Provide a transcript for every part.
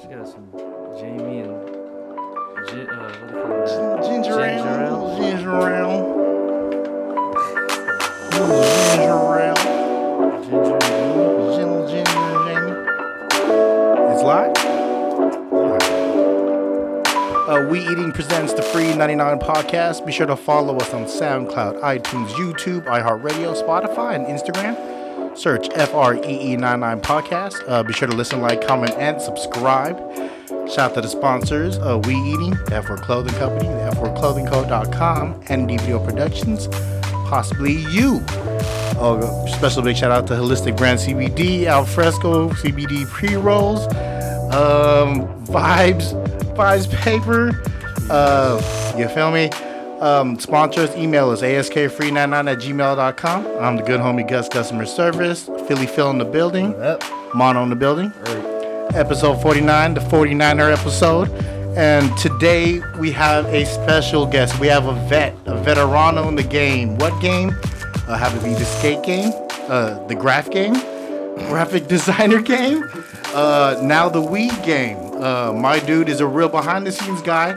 She got some Jamie and gin, uh, what do you call that? Ginger Ginger ale. ale. Ginger ale. Little ginger ale. Ginger and Jamie. Little ginger Jamie. It's live? Uh, we Eating presents the free 99 podcast. Be sure to follow us on SoundCloud, iTunes, YouTube, iHeartRadio, Spotify, and Instagram. Search E FREE99 podcast. Uh, be sure to listen, like, comment, and subscribe. Shout out to the sponsors uh, We Eating, the F4 Clothing Company, the F4ClothingCo.com, and DPO Productions, possibly you. Oh, special big shout out to Holistic Brand CBD, Alfresco CBD pre rolls, um, Vibes, Vibes Paper. Uh, you feel me? Um, sponsors, email is askfree99 at gmail.com. I'm the good homie Gus Customer Service, Philly Phil in the building, Yep. Mono in the building Alright. episode 49, the 49er episode. And today we have a special guest. We have a vet, a veterano in the game. What game? Uh, have it be the skate game, uh, the graph game, graphic designer game, uh, now the weed game. Uh, my dude is a real behind the scenes guy,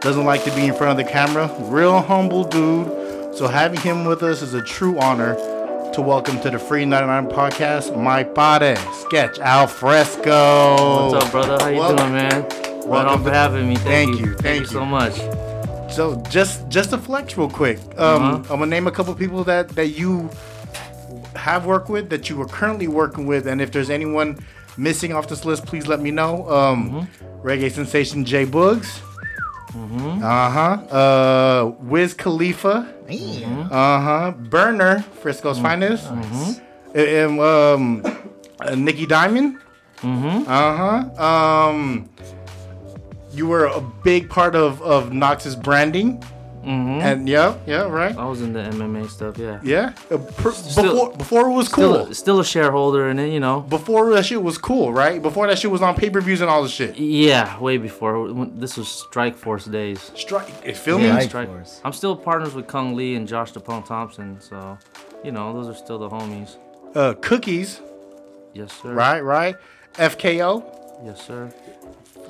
doesn't like to be in front of the camera, real humble dude. So having him with us is a true honor to welcome to the Free 99 podcast, my padre, Sketch Alfresco. What's up, brother? How you Welcome. doing, man? Right Welcome on for to- having me. Thank, Thank you, Thank thank you so you. much. So just just to flex real quick, um, Uh-huh. I'm gonna name a couple people that that you have worked with, that you are currently working with, and if there's anyone missing off this list, please let me know. Um, Mm-hmm. Reggae sensation Jay Boogs. Uh-huh. Uh Wiz Khalifa. Mm-hmm. Uh-huh. Burner, Frisco's finest. Uh, um, um, uh, Nikki Diamond. Mm-hmm. Uh-huh. Um you were a big part of of Nox's branding. Mm-hmm. And yeah, yeah, right. I was in the MMA stuff, yeah. Yeah. Uh, pr- Oh. Still- before before it was cool. Still, still a shareholder in it, you know. before that shit was cool, right? Before that shit was on pay-per-views and all this shit. Yeah, way before. When- This was Strike Force days. Strike, you feel me? Yeah, Strike Strike Force. I'm still partners with Kung Lee and Josh the Punk Thompson, so you know those are still the homies. Uh, cookies, Yes sir. right, right. FKO. Yes sir.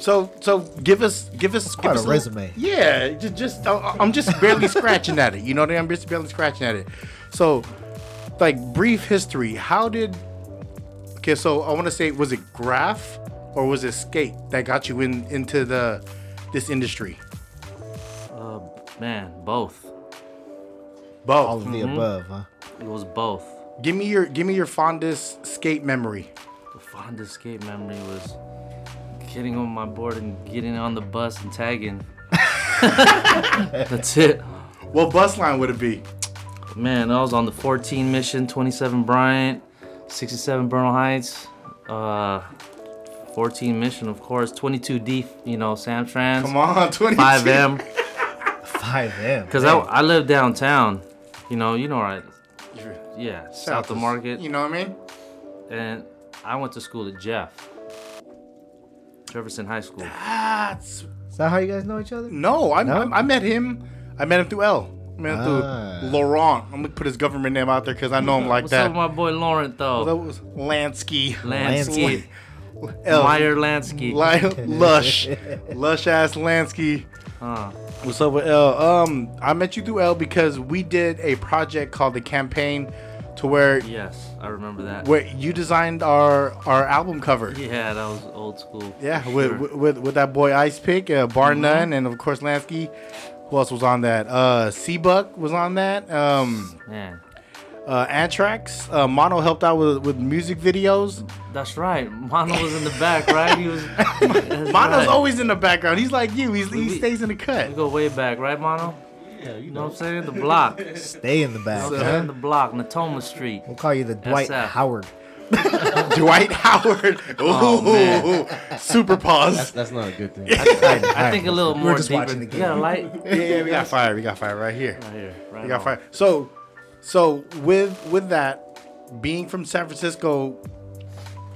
So, so give us, give us, give Quite a us little- resume. yeah, just, just I- I'm just barely scratching at it. You know what I mean? I'm just barely scratching at it. So, like brief history. How did? Okay, so I want to say, was it Graph or was it Skate that got you in into the this industry? Uh, man, both. Both. All of the above, huh? It was both. Give me your give me your fondest skate memory. The fondest skate memory was getting on my board and getting on the bus and tagging. That's it. What bus line would it be? Man, I was on the 14 mission, 27 Bryant, 67 Bernal Heights, uh, 14 mission, of course, 22 D, you know, Sam Trans, Come on, 22. 5M. 5 M. Because I, I live downtown, you know, you know, right? Yeah, south, of is- Market. You know what I mean? And I went to school at Jeff, Jefferson High School. Ah, That's Is that how you guys know each other? no. I, No? I, I met him. I met him through L. I met him Ah. through Laurent. I'm gonna put his government name out there because I know him like What's that. up with my boy Laurent, that though? was Lansky. Lansky. L. Meyer Lansky. Oh. Li- lush, lush ass Lansky. Huh. What's up with L? Um, I met you through L because we did a project called the campaign, to where Yes, I remember that. where you designed our our album cover. Yeah, that was old school. Yeah, for with, sure. with- with with that boy Ice Pick, uh, Bar None, and of course Lansky. Who else was on that? Uh, C Buck was on that. Um, man. uh, Anthrax. Uh, Mono helped out with, with music videos. That's right. Mono was in the back, right? He was. Mono's Mono's always in the background. He's like you. He's, he We- stays in the cut. You go way back, right, Mono? Yeah, You know what I'm saying? The block. You Stay in the back. know what I'm huh? saying? The block, Natoma Street. We'll call you the Dwight SF. Howard. Dwight Howard. Ooh, Oh, man. super pause. That's not a good thing. I think a little more We're just deeper. watching the You got a light? yeah, yeah, we got fire. We got fire right here. Right here. Right We got on. fire. So, so with with that, being from San Francisco,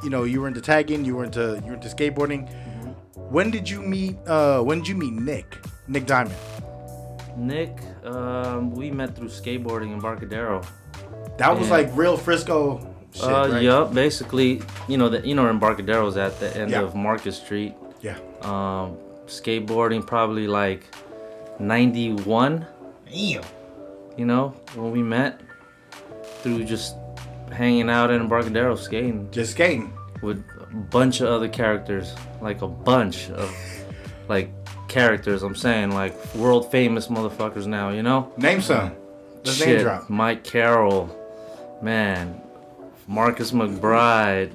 you know, you were into tagging, you were into you were into skateboarding. When did you meet? uh When did you meet Nick? Nick Diamond. Nick, um, we met through skateboarding in Barcadero. That was Yeah. like real Frisco shit, uh, right? Yup, basically, you know, the, you know where Embarcadero's at the end Yeah. of Market Street. Yeah. Um, skateboarding probably like 91, Damn. you know, when we met through just hanging out in Embarcadero skating Just skating. with a bunch of other characters, like a bunch of like characters. I'm saying like world famous motherfuckers now, you know. Name some. Let's name Shit, drop. Mike Carroll, man, Marcus McBride,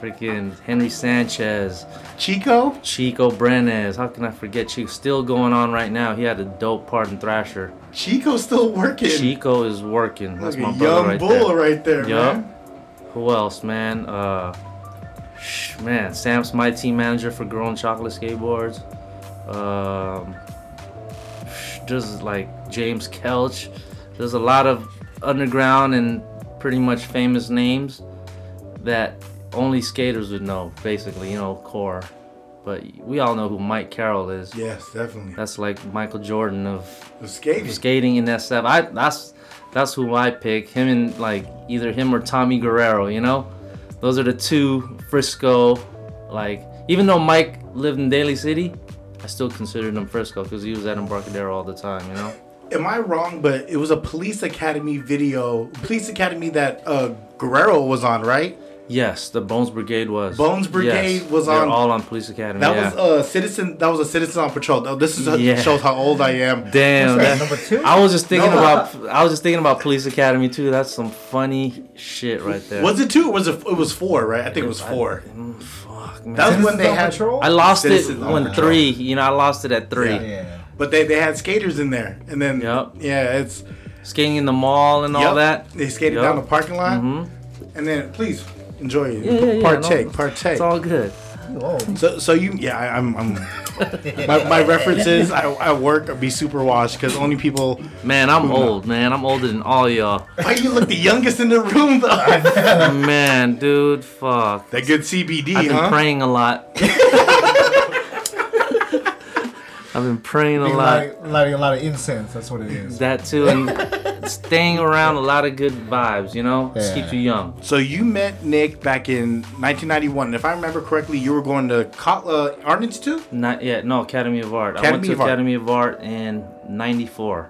freaking Henry Sanchez, Chico? Chico Brenes. How can I forget Chico? Still going on right now. He had a dope part in Thrasher. Chico's still working. Chico is working. That's Like my a brother young right bull there. right there, Yup. man. Who else, man? Uh, sh- man, Sam's my team manager for Girl and Chocolate Skateboards. Um, sh- just like James Kelch. There's a lot of underground and pretty much famous names that only skaters would know, basically, you know, core. But we all know who Mike Carroll is. Yes, definitely. That's like Michael Jordan of The skating. skating in that stuff. I that's that's who I pick. Him and like either him or Tommy Guerrero. You know, those are the two Frisco. Like even though Mike lived in Daly City, I still considered him Frisco because he was at Embarcadero all the time. You know. Am I wrong? But it was a police academy video, police academy that uh, Guerrero was on, right? Yes, the Bones Brigade was. Bones Brigade was they're on- all on Police Academy. That yeah. was a citizen. That was a citizen on patrol. Oh, this is Yeah. shows how old I am. Damn, that, Number two? I was just thinking No. about I was just thinking about Police Academy too. That's some funny shit right there. Was it two? Or was it? It was four, right? I think it was four. Mm, fuck, man. That was when Citizens they on had. patrol? I lost it Citizens on when Patrol. three. You know, I lost it at three. Yeah. But they, they had skaters in there, and then Yup. yeah, it's Skating in the mall and all yup, that. They skated Yup. down the parking lot, Mhm. and then please enjoy it. Yeah, yeah, yeah, partake, no, partake. It's all good. You old. So, so you, yeah, I, I'm, I'm. my, my references, I, I work or be super washed because only people. Man, I'm old, man. I'm older than all y'all. Why you look the youngest in the room though? man, dude, fuck. that good CBD, I've been huh? praying a lot. I've been praying a Being lot. lighting, lighting a lot of incense. That's what it is. That too, and staying around a lot of good vibes. You know, just Yeah. keeps you young. So you met Nick back in 1991. And if I remember correctly, you were going to Kotla Art Institute. Not yet. No, Academy of Art. I went Academy to of Art. Academy of Art in '94.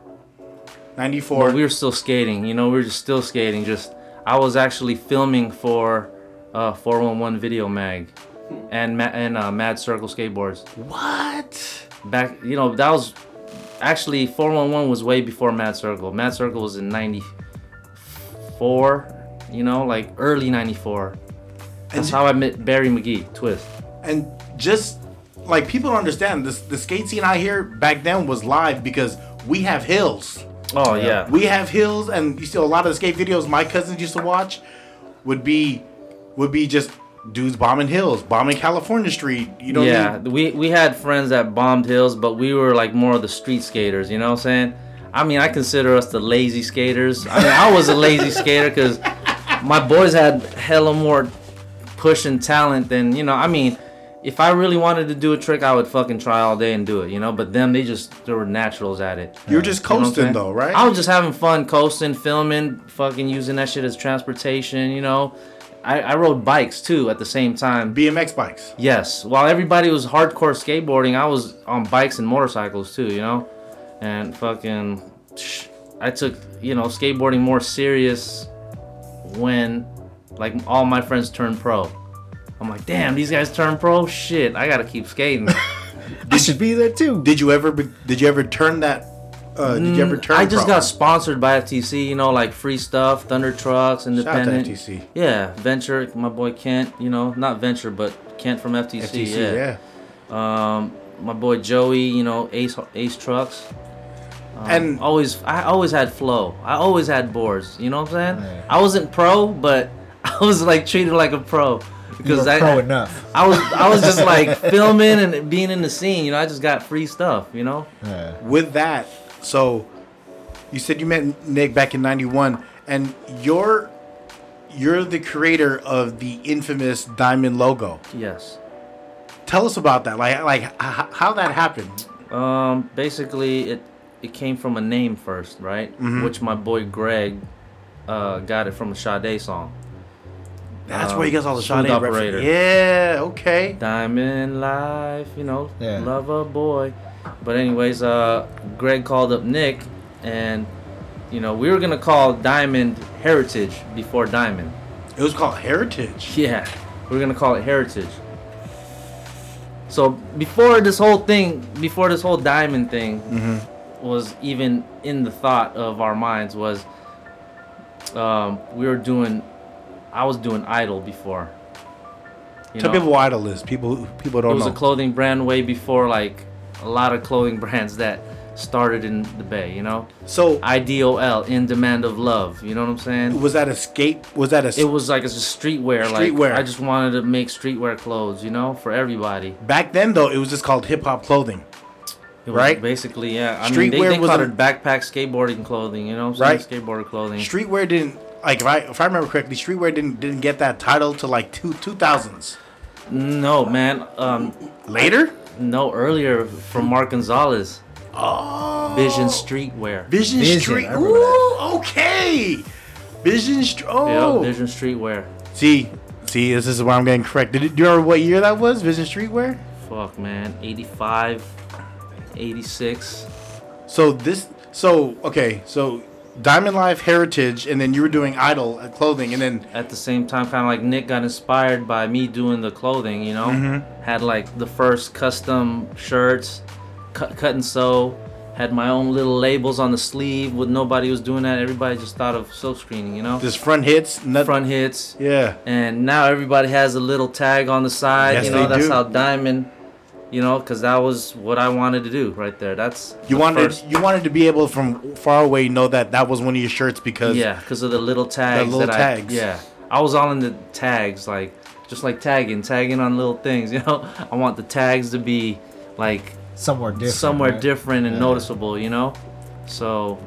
94. But we were still skating. You know, we were just still skating. Just I was actually filming for uh, 411 Video Mag and Ma- and uh, Mad Circle Skateboards. what? Back, you know, that was actually 411 was way before Mad Circle. Mad Circle was in '94. You know, like early '94. That's And- how I met Barry McGee. Twist. and just like people don't understand this the skate scene out here back then was live because we have hills Oh yeah. we have hills and you see a lot of the skate videos my cousins used to watch would be would be just dudes bombing hills bombing california street you know what I yeah, mean? we we had friends that bombed hills, but we were like more of the street skaters. You know what I'm saying? I mean, I consider us the lazy skaters. I mean, I was a lazy skater because my boys had hella more push and talent than you know. I mean, if I really wanted to do a trick, I would fucking try all day and do it. You know, but them they just they were naturals at it. you're just You know what I'm coasting saying? though right I was just having fun coasting, filming, fucking using that shit as transportation. You know, I, I rode bikes too at the same time. bmx bikes Yes. While everybody was hardcore skateboarding, I was on bikes and motorcycles too, you know? And fucking. Shh, I took, you know, skateboarding more serious when, like, all my friends turned pro. I'm like, damn, these guys turned pro? Shit, I gotta keep skating. I should be there too. did you ever be, did you ever turn that uh, did you ever turn Mm, I just pro? got sponsored by FTC, you know, like free stuff, Thunder Trucks, shout out to Independent. ftc Yeah, Venture, my boy Kent, you know, not Venture, but Kent from FTC. ftc yeah. yeah, Um, my boy Joey, you know, Ace Ace Trucks. Um, And- always, I always had flow. I always had boards. You know what I'm saying? Yeah. I wasn't pro, but I was like treated like a pro You because were I, pro enough. I was I was just like filming and being in the scene. You know, I just got free stuff. You know? Yeah. with that so you said you met nick back in 91 and you're you're the creator of the infamous diamond logo Yes. tell us about that like like h- how that happened Um, basically, it it came from a name first, Mm-hmm. right? Which my boy Greg uh, got it from a Sade song. That's Um, where he gets all the Smooth Sade Operator. references. Yeah, okay. Diamond Life, you know, Yeah. love a boy. But anyways, uh, Greg called up Nick, and you know we were gonna call Diamond Heritage before Diamond. It was called Heritage. Yeah, we are gonna call it Heritage. So before this whole thing, before this whole Diamond thing was even in the thought of our minds was, um, we were doing, I was doing Idol before. You Tell know? people what Idol is. People who- people it don't was know. a clothing brand way before like a lot of clothing brands that started in the bay you know so idol in demand of love you know what i'm saying was that a skate? Was that a it was like it's a streetwear Streetwear. like i just wanted to make streetwear clothes you know for everybody back then though? It was just called hip hop clothing, It was Right. basically yeah i mean they, Streetwear they was called a- it backpack skateboarding clothing you know what I'm saying? skateboarder clothing streetwear didn't like if I if I remember correctly, streetwear didn't didn't get that title to like two two thousands no man um later. no earlier from mark gonzalez Oh, vision streetwear Vision, Vision, Street. I remember Ooh, okay. Vision Street. Oh, yeah vision streetwear see, see, this is where I'm getting corrected. Do you remember what year that was? Vision Streetwear. Fuck, man. 85, 86. So this, so okay, so Diamond Life Heritage, and then you were doing Idol at clothing, and then At the same time, kind of like Nick got inspired by me doing the clothing, you know? Mm-hmm. Had like the first custom shirts, cut, cut and sew. Had my own little labels on the sleeve with nobody was doing that. Everybody just thought of silk screening, you know? this front hits, nut, Front hits. yeah, And now everybody has a little tag on the side, Yes, you know? they That's do. how Diamond, you know? Because that was what I wanted to do right there. That's. you the wanted first- you wanted to be able from far away know that that was one of your shirts because Yeah, because of the little tags. little that tags. I, yeah, I was all in the tags, like just like tagging, tagging on little things. You know, I want the tags to be like Somewhere different. somewhere right? different and Yeah. noticeable. You know, so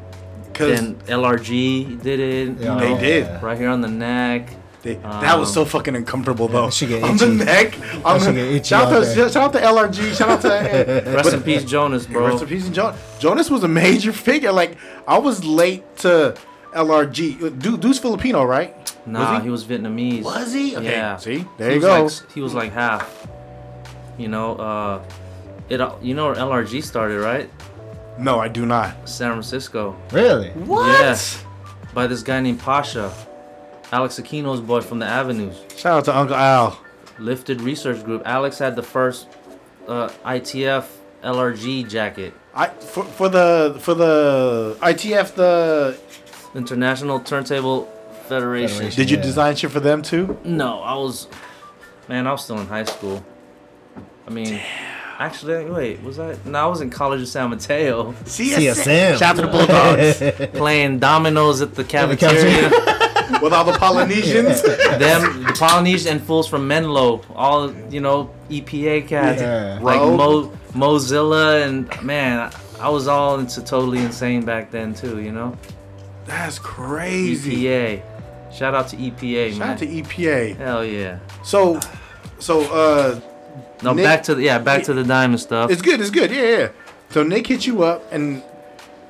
'cause then LRG did it. Yeah. you They know, did. right here on the neck. they- that was Um, so fucking uncomfortable though. that should get on the itchy. neck, on should the- get itchy shout, out out to, there. shout out to LRG, shout out to Rest in peace, Jonas, bro. Rest in peace, and Jonas. Jonas was a major figure. Like I was late to LRG. Du- Dude's Filipino, right? Nah, Was he? was Vietnamese. Was he? Okay, Yeah. see? There he you was like go. s- he was like half. You know, uh, it. all- You know where LRG started, right? No, I do not. San Francisco. Really? Yes. By this guy named Pasha, Alex Aquino's boy from the Avenues. Shout out to Uncle Al. Lifted Research Group. Alex had the first uh, ITF LRG jacket. I for, for the for the ITF the International Turntable Federation. Federation. did you Yeah. design shit for them too? No, I was. Man, I was still in high school. I mean. Actually, wait, was I? No, I was in college in San Mateo CSM. Shout out to the Bulldogs playing dominoes at the the cafeteria. cafeteria. with all the Polynesians. Them, the Polynesian and fools from Menlo, all you know, EPA cats. Yeah. like Rogue. Mo- Mozilla and man, I was all into totally insane back then too. You know, That's crazy. EPA. Shout out to EPA, Shout E man. out to E EPA. Hell yeah. So so uh No, Nick- back to the yeah, back to the diamond stuff. it's good, it's good, yeah, yeah. So Nick hit you up and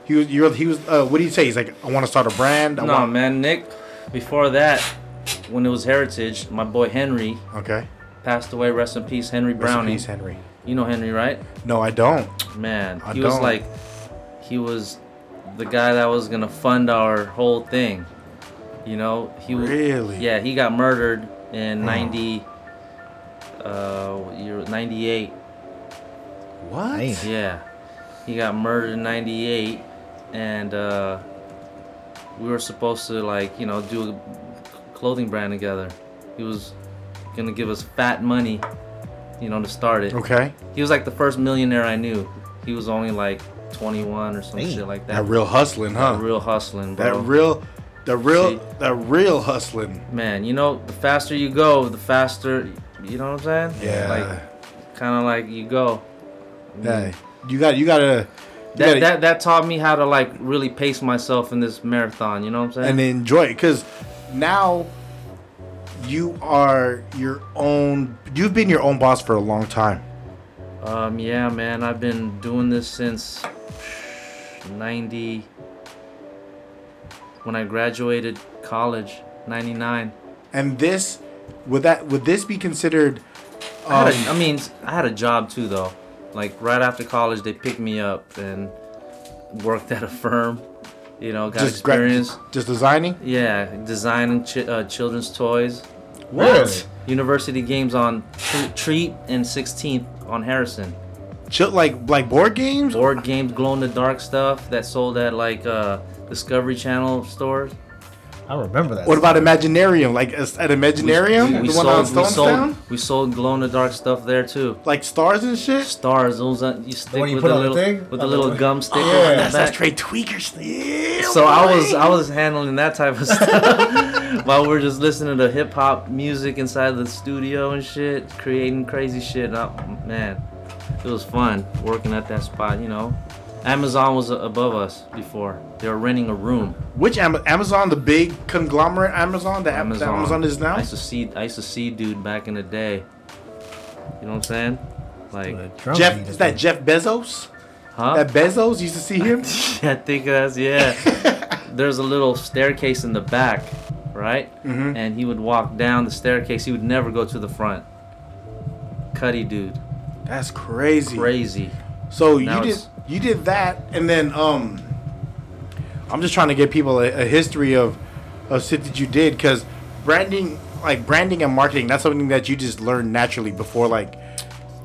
he was you're, he was uh what did he say? He's like, I wanna start a brand, I No want man, Nick. Before that, when it was Heritage, my boy Henry Okay. passed away. Rest in peace, Henry Rest in Browning. peace, Henry. You know Henry, right? No, I don't. Man, I he was don't. like, he was the guy that was gonna fund our whole thing. You know, he was. Really? Yeah, he got murdered in ninety. Uh, what year ninety eight. What? Damn. Yeah, he got murdered in ninety eight, and uh, we were supposed to like you know do a clothing brand together. He was gonna give us fat money, you know, to start it. Okay. He was like the first millionaire I knew. He was only like 21 or some Damn. shit like That that. real hustling, huh? Real hustling, bro. That real, the real, See? the real hustling. Man, you know, the faster you go, the faster, you know what I'm saying? Yeah. Like, kind of like you go. That- you got, you gotta, you mm. That, gotta that that taught me how to like really pace myself in this marathon. You know what I'm saying? and enjoy it, cause now you are your own. You've been your own boss for a long time. um, yeah, man, I've been doing this since '90 when I graduated college, '99. And this Would that would this be considered? I, Um, had a, Oh. I mean, I had a job too, though. Like right after college, they picked me up and worked at a firm. You know, got just, gra- experience. just designing. yeah, designing chi- uh, children's toys. What? University games on Tre- Treat and 16th on Harrison. Ch- like like board games. Board games, glow in the dark stuff that sold at like uh, Discovery Channel stores. I remember that. What about Imaginarium? Like is- at Imaginarium, the one on we sold, Stonestown, we sold glow in the dark stuff there too. like stars and shit. Stars, those uh, you stick one you with put the on the little thing? with Oh, the little the- gum sticker. Yeah, on the That's that back. straight tweakers. Yeah, So I was boy. I was handling that type of stuff while we we're just listening to hip hop music inside the studio and shit, creating crazy shit. And I- man, it was fun working at that spot. You know, Amazon was above us before. They were renting a room. Which Ama- Amazon, the big conglomerate Amazon that Amazon, Amazon. that Amazon is now? I used to see I used to see dude back in the day. You know what I'm saying? Like, Drunk Jeff leader. is that Jeff Bezos? huh? That Bezos you used to see him. I think that's yeah. There's a little staircase in the back, right? Mhm. And he would walk down the staircase. He would never go to the front. Cuddy dude, That's crazy. crazy. So you Now did it's- you did that, and then um, I'm just trying to give people a, a history of of shit that you did because branding, like branding and marketing, that's something that you just learned naturally before, like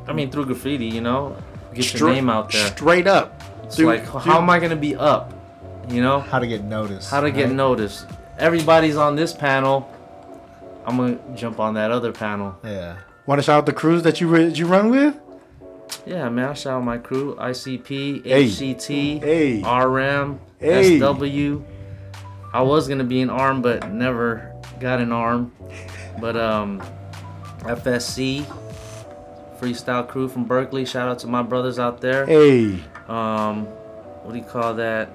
I mean, through graffiti, you know, get stra- your name out there. straight up. it's Through- like, through- how am I gonna be up? You know, How to get noticed. how to get right? noticed? Everybody's on this panel. I'm gonna jump on that other panel. Yeah. Want to shout out the crews that you re- you run with? Yeah, man. I shout out my crew: ICP, Hey. HCT, Hey. RM, Hey. SW. I was gonna be an arm, but never got an arm. But um, FSC, freestyle crew from Berkeley. Shout out to my brothers out there. Hey, Um, what do you call that?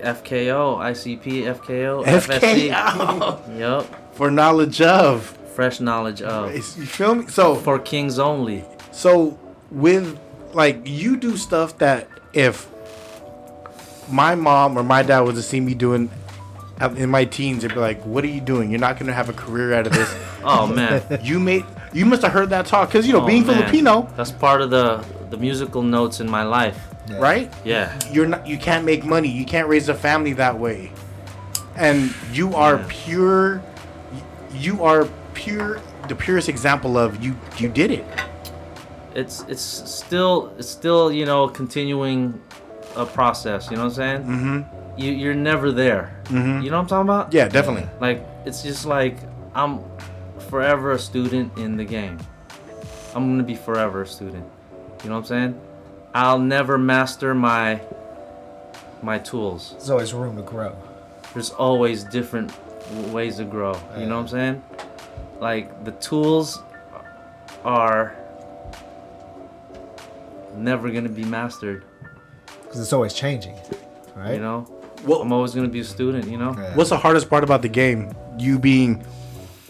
FKO, ICP, FKO, FKO FSC. Yup. for knowledge of. Fresh knowledge of It's- you feel me? So for kings only. So with like you do stuff that if my mom or my dad was to see me doing out in my teens, they'd be like, "What are you doing? You're not gonna have a career out of this." Oh man. you made you must have heard that talk because you know Oh, being man. Filipino, That's part of the the musical notes in my life. yeah. right? Yeah. You're not you can't make money, you can't raise a family that way, and you are Yeah. pure. You are pure the purest example of you. You did it. It's it's still it's still you know continuing a process. You know what I'm saying? Mm-hmm. You you're never there. You know what I'm talking about? Mm-hmm. Yeah, definitely. Like it's just like I'm forever a student in the game. I'm gonna be forever a student. You know what I'm saying? I'll never master my my tools. There's always room to grow. there's always different w- ways to grow. You know what I'm saying? Like the tools are never gonna be mastered. Because it's always changing. Right? You know, What- I'm always gonna be a student. You know, Yeah. What's the hardest part about the game? You being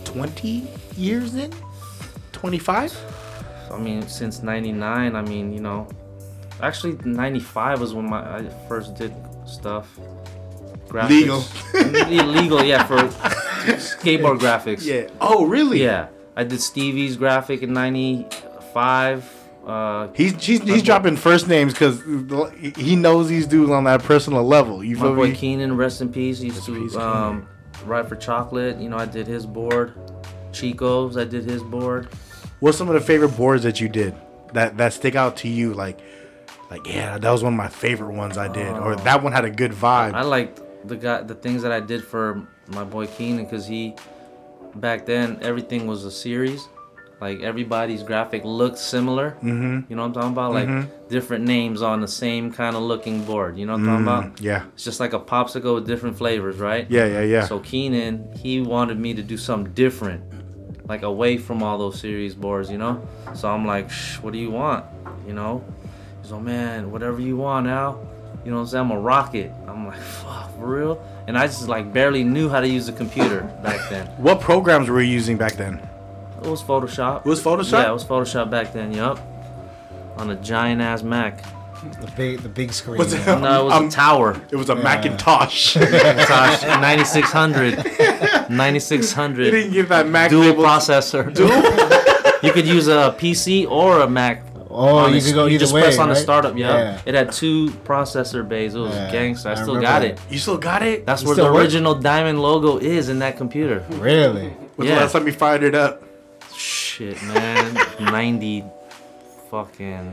20 years in? 25? I mean, since '99, I mean, you know, actually '95 was when my I first did stuff. Graphics. Legal. Illegal, yeah, for skateboard graphics. Yeah. Oh, really? Yeah, I did Stevie's graphic in '95. Uh, He's he's, he's dropping first names because he knows these dudes on that personal level. You my feel boy me? Keenan, rest in peace. He used peace, to um, ride for Chocolate. You know, I did his board. Chico's, I did his board. What's some of the favorite boards that you did that that stick out to you? Like, like yeah, that was one of my favorite ones I did, or that one had a good vibe. Oh. I liked the guy, the things that I did for my boy Keenan because he, back then, everything was a series. Like everybody's graphic looked similar. Mm-hmm. You know what I'm talking about? Like different names on the same kind of looking board. You know what I'm talking about? Mm, yeah. It's just like a popsicle with different flavors, right? Yeah, yeah, yeah. So Keenan, he wanted me to do something different, like away from all those series boards, you know. So I'm like, Shh, what do you want? You know. He's like, man, whatever you want, Al. You know what I'm saying? I'm a rocket. I'm like, fuck, for real. And I just like barely knew how to use a computer back then. what programs were you using back then? It was Photoshop. It was Photoshop? Yeah, it was Photoshop back then. Yup. On a giant ass Mac. The big, the big screen. Was it- yeah. No, it was Um, a tower. It was a Macintosh. they Macintosh 9600. 9600. didn't give that Mac Dual label. processor. you could use a PC or a Mac. Oh, on you the- could go either just way, press on the right? startup, yeah. Yeah. It had two processor bays. It was Yeah, gangster. I I still remember got that. it. You still got it? That's It where still the works? original diamond logo is in that computer. Really? When's yeah. the last time you fired it up? Shit, man. 90 fucking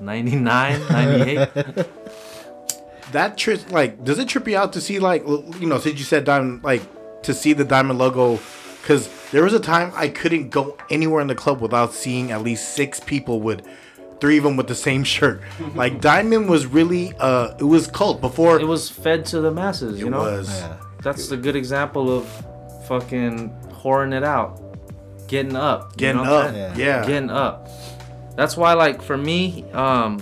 99, 98. That trip, like, does it trip you out to see, like, l- you know, since you said diamond, like, to see the diamond logo? Because there was a time I couldn't go anywhere in the club without seeing at least six people with three of them with the same shirt. like, diamond was really, uh, it was cult before It was fed to the masses, you it know? was. Yeah. That's a good example of fucking whoring it out. Getting up. you Getting know what I'm up, saying? yeah. Getting up. That's why like for me, um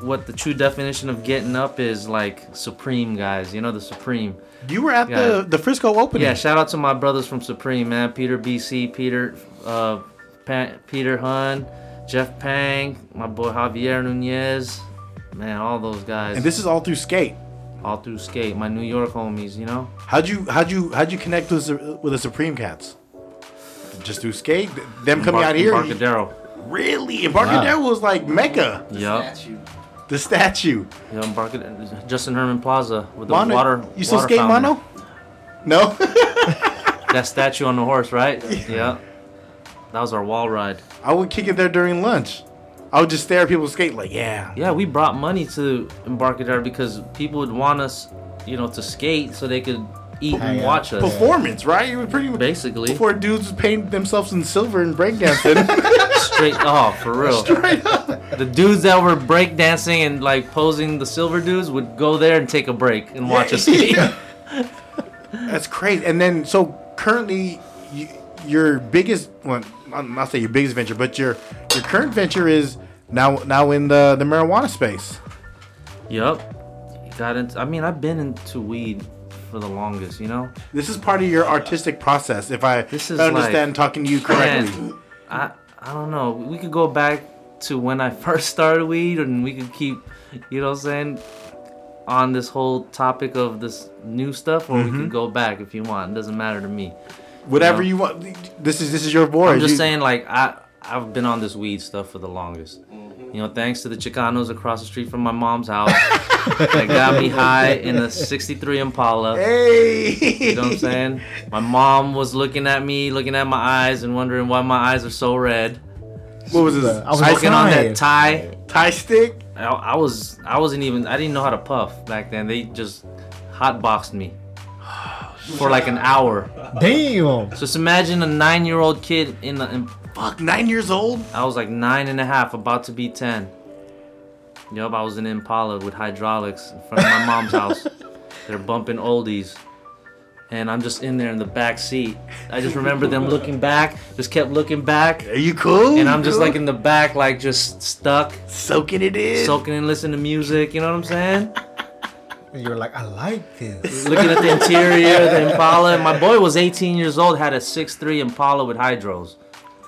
what the true definition of getting up is like Supreme guys, you know the Supreme. You were at Yeah. the the Frisco opening. Yeah, shout out to my brothers from Supreme, man. Peter BC, Peter, uh, pa- Peter Hun, Jeff Pang, my boy Javier Nunez, man, all those guys. And this is all through skate. all through skate, my New York homies, you know. How'd you how'd you how'd you connect with the- with the Supreme Cats? Just through skate, them coming Embar- out here. Embarcadero. Really, Embarcadero was like mecca. Yep. The statue. Yeah, Embarcadero. Justin Herman Plaza with the Mono, water. you still water skate fountain. mono? No. That statue on the horse, right? yeah. That was our wall ride. I would kick it there during lunch. I would just stare at people skate like, yeah. Yeah, we brought money to Embarcadero because people would want us, you know, to skate so they could eat Hang and out. watch us. Performance, right? You were pretty much Basically. before dudes painted themselves in silver and breakdancing. Straight oh, for real. The dudes that were breakdancing and like posing the silver dudes would go there and take a break and watch us skate. That's crazy. And then, so currently, you, your biggest well, I'll not say your biggest venture, but your your current venture is now now in the the marijuana space. Yep. Got into I mean, I've been into weed for the longest, you know? This is part of your artistic process, if I This is understand like- talking to you correctly. And I I don't know. We could go back to when I first started weed and we could keep you know what I'm saying on this whole topic of this new stuff or we could go back if you want. It doesn't matter to me. Whatever know? you want. This is this is your voice. I'm just You- saying, like I I've been on this weed stuff for the longest. You know, thanks to the Chicanos across the street from my mom's house, that got me high in a '63 Impala. Hey. You know what I'm saying? My mom was looking at me, looking at my eyes, and wondering why my eyes are so red. What was this? I was Ice Smoking on that Tired. tie tie, stick. I, I was I wasn't even I didn't know how to puff back then. They just hotboxed me for like an hour. Damn. So just imagine a nine-year-old kid in, the, in Fuck, nine years old. I was like nine and a half, about to be ten. Yup, I was in an Impala with hydraulics in front of my mom's house. They're bumping oldies. And I'm just in there in the back seat. I just remember them looking back, just kept looking back. Are you cool? And I'm just dude? like in the back, like just stuck, soaking it in. soaking and listening to music, you know what I'm saying? And you were like, I like this. Looking at the interior, the Impala. And my boy was 18 years old, had a 6'3 Impala with hydros.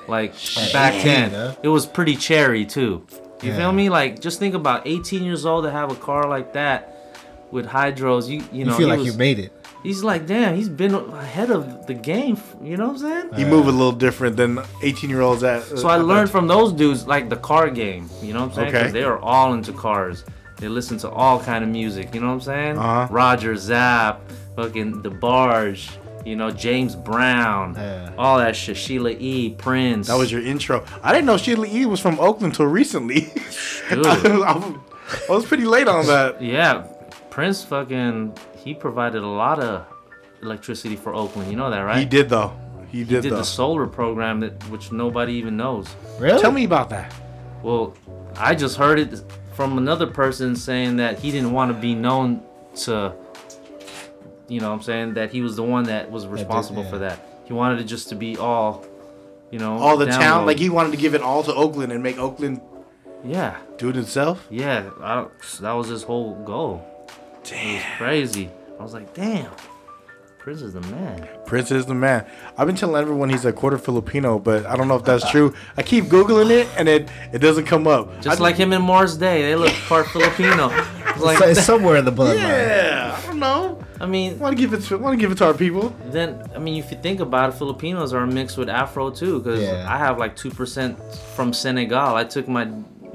Like back then. huh? It was pretty cherry too. You Yeah. feel me? Like just think about 18 years old to have a car like that with hydros. You you You know feel he like was- you made it. he's like damn he's been ahead of the game. f- You know what I'm saying? you move a little different than 18 year olds at. So I learned from those dudes like the car game. You know what I'm saying? 'Cause Okay. They are all into cars. They listen to all kind of music. You know what I'm saying? Uh-huh. Roger Zapp, fucking The Barge. You know James Brown, Yeah. all that shit. Sheila E. Prince. That was your intro. I didn't know Sheila E was from Oakland till recently. Dude. I, was- I was pretty late on that. Yeah, Prince fucking he provided a lot of electricity for Oakland. You know that, right? He did though. He did, Did though. the solar program that which nobody even knows. Really? Tell me about that. Well, I just heard it from another person saying that he didn't want to be known to you know what I'm saying that he was the one that was responsible yeah. for that. He wanted it just to be all you know All the town, download. like he wanted to give it all to Oakland and make Oakland Yeah. do it himself. Yeah, I don't, that was his whole goal. Damn. Crazy. I was like, damn. Prince is the man. Prince is the man. I've been telling everyone he's a quarter Filipino, but I don't know if that's true. I keep googling it and it it doesn't come up. Just I- like him in Mars Day, they look part Filipino. It's Like, So it's somewhere in the bloodline. yeah, I don't know. I mean, Want to give it to want to give it to our people? then I mean, if you think about it, Filipinos are mixed with Afro too, because Yeah. I have like two percent from Senegal. I took my,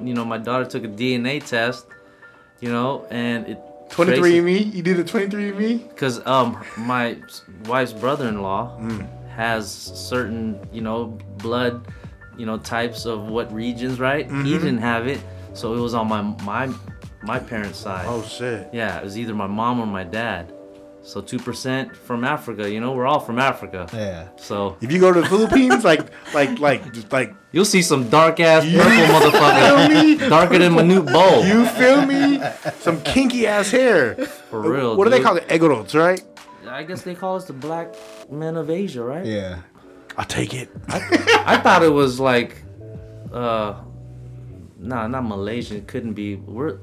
you know, my daughter took a DNA test, you know, and it Twenty three me. You did the twenty three me. because um my s- wife's brother-in-law Mm. has certain you know blood you know types of what regions right Mm-hmm. he didn't have it so it was on my my my parents side Oh shit. yeah it was either my mom or my dad so 2% from africa you know we're all from africa Yeah. so If you go to the Philippines, like like like like you'll see some dark ass Feel purple me? motherfucker darker than Manute Bowl you feel me? Some kinky ass hair. for real What do they dude. call it? Eggrols, right? i guess they call us the black men of asia right Yeah. I'll take it. I thought it was like, uh, nah, not Malaysian. It couldn't be. We're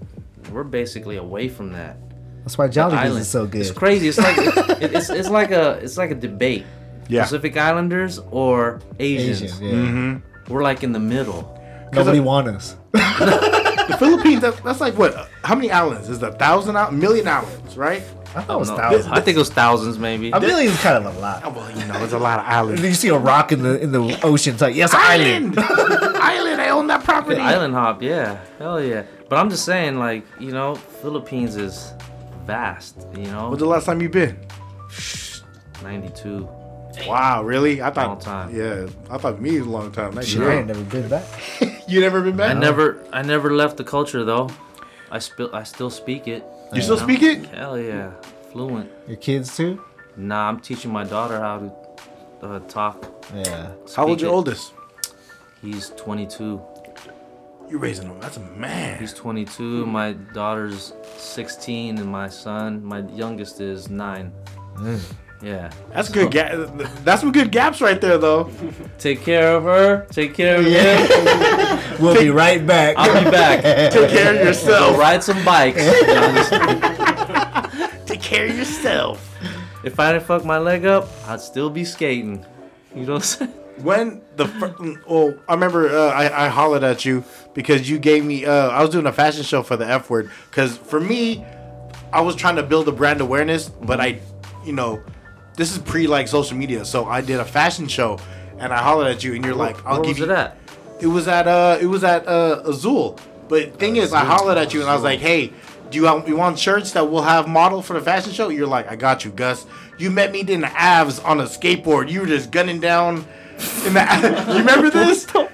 we're basically away from that. That's why Jolly Island. is so good. It's crazy. It's like it, it's it's like a it's like a debate. Yeah. Pacific Islanders or Asians. Asian. Yeah. Mm-hmm. We're like in the middle. Nobody I- want us. The Philippines. That, that's like what? How many islands? Is it a thousand out? Million islands, right? I thought it was No, thousands. I think it was thousands, maybe. a million is kind of a lot. Oh, Well, you know, there's a lot of islands. You see a rock in the in the ocean, it's like yes, island. island. I own that property. Island hop, yeah, hell yeah. But I'm just saying, like, you know, Philippines is vast. You know, When's the last time you been? 92. Wow, really? I thought. Long time. Yeah, I thought me was a long time. Nice Shit, I year. ain't never been back. You never been back? I never I never left the culture though. I spill I still speak it. You still speak it? Hell yeah, fluent. Your kids too? Nah, I'm teaching my daughter how to uh, talk. Yeah. How old's speak your it. oldest? He's 22. You're raising him. That's a man. He's 22. My daughter's 16, and my son, my youngest, is nine. Yeah. Mm. That's good. Ga- that's some good gaps right there, though. Take care of her. Take care of him. We'll be right back. I'll be back. Take care of Go yourself. ride some bikes. No, I'm just- Take care of yourself. if I didn't fuck my leg up, I'd still be skating. You know what I'm saying? When the fir- well, I remember uh, I I hollered at you because you gave me. Uh, I was doing a fashion show for the F word because for me, I was trying to build a brand awareness, but I, you know, this is pre like social media, so I did a fashion show, and I hollered at you, and you're like, I'll Where give was you it at? It was at uh, it was at uh, Azul. But thing is, I hollered at you and I was like, "Hey, do you want, you want shirts that will have model for the fashion show?" You're like, "I got you, Gus." You met me in the Avs on a skateboard. You were just gunning down. In the, you remember this? You,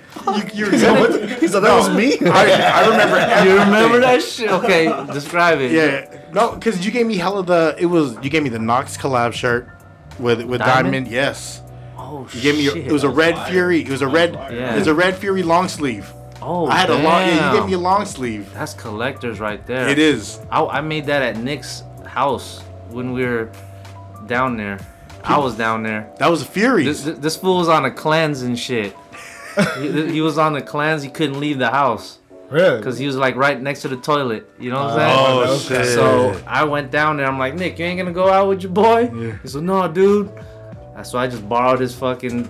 you were gunning- He's like, that was me. I, I remember. You everything. remember that shit? Okay, describe it. Yeah. No, because you gave me hella the. It was you gave me the Knox collab shirt with with Diamond? diamond. Yes. Oh You gave me. shit. It was a red fury. It was a red. Yeah. It was a red fury long sleeve. Oh, I had a long. Yeah, you damn. gave me a long sleeve. That's collectors right there. It is. I, I made that at Nick's house when we were down there. I was down there. That was Fury. This this fool was on a cleanse and shit. he, he was on the cleanse. He couldn't leave the house really? because he was like right next to the toilet. You know what I'm saying? oh Oh, shit! So I went down there. I'm like, Nick, you ain't gonna go out with your boy? He said, No, dude. Uh, So I just borrowed his fucking.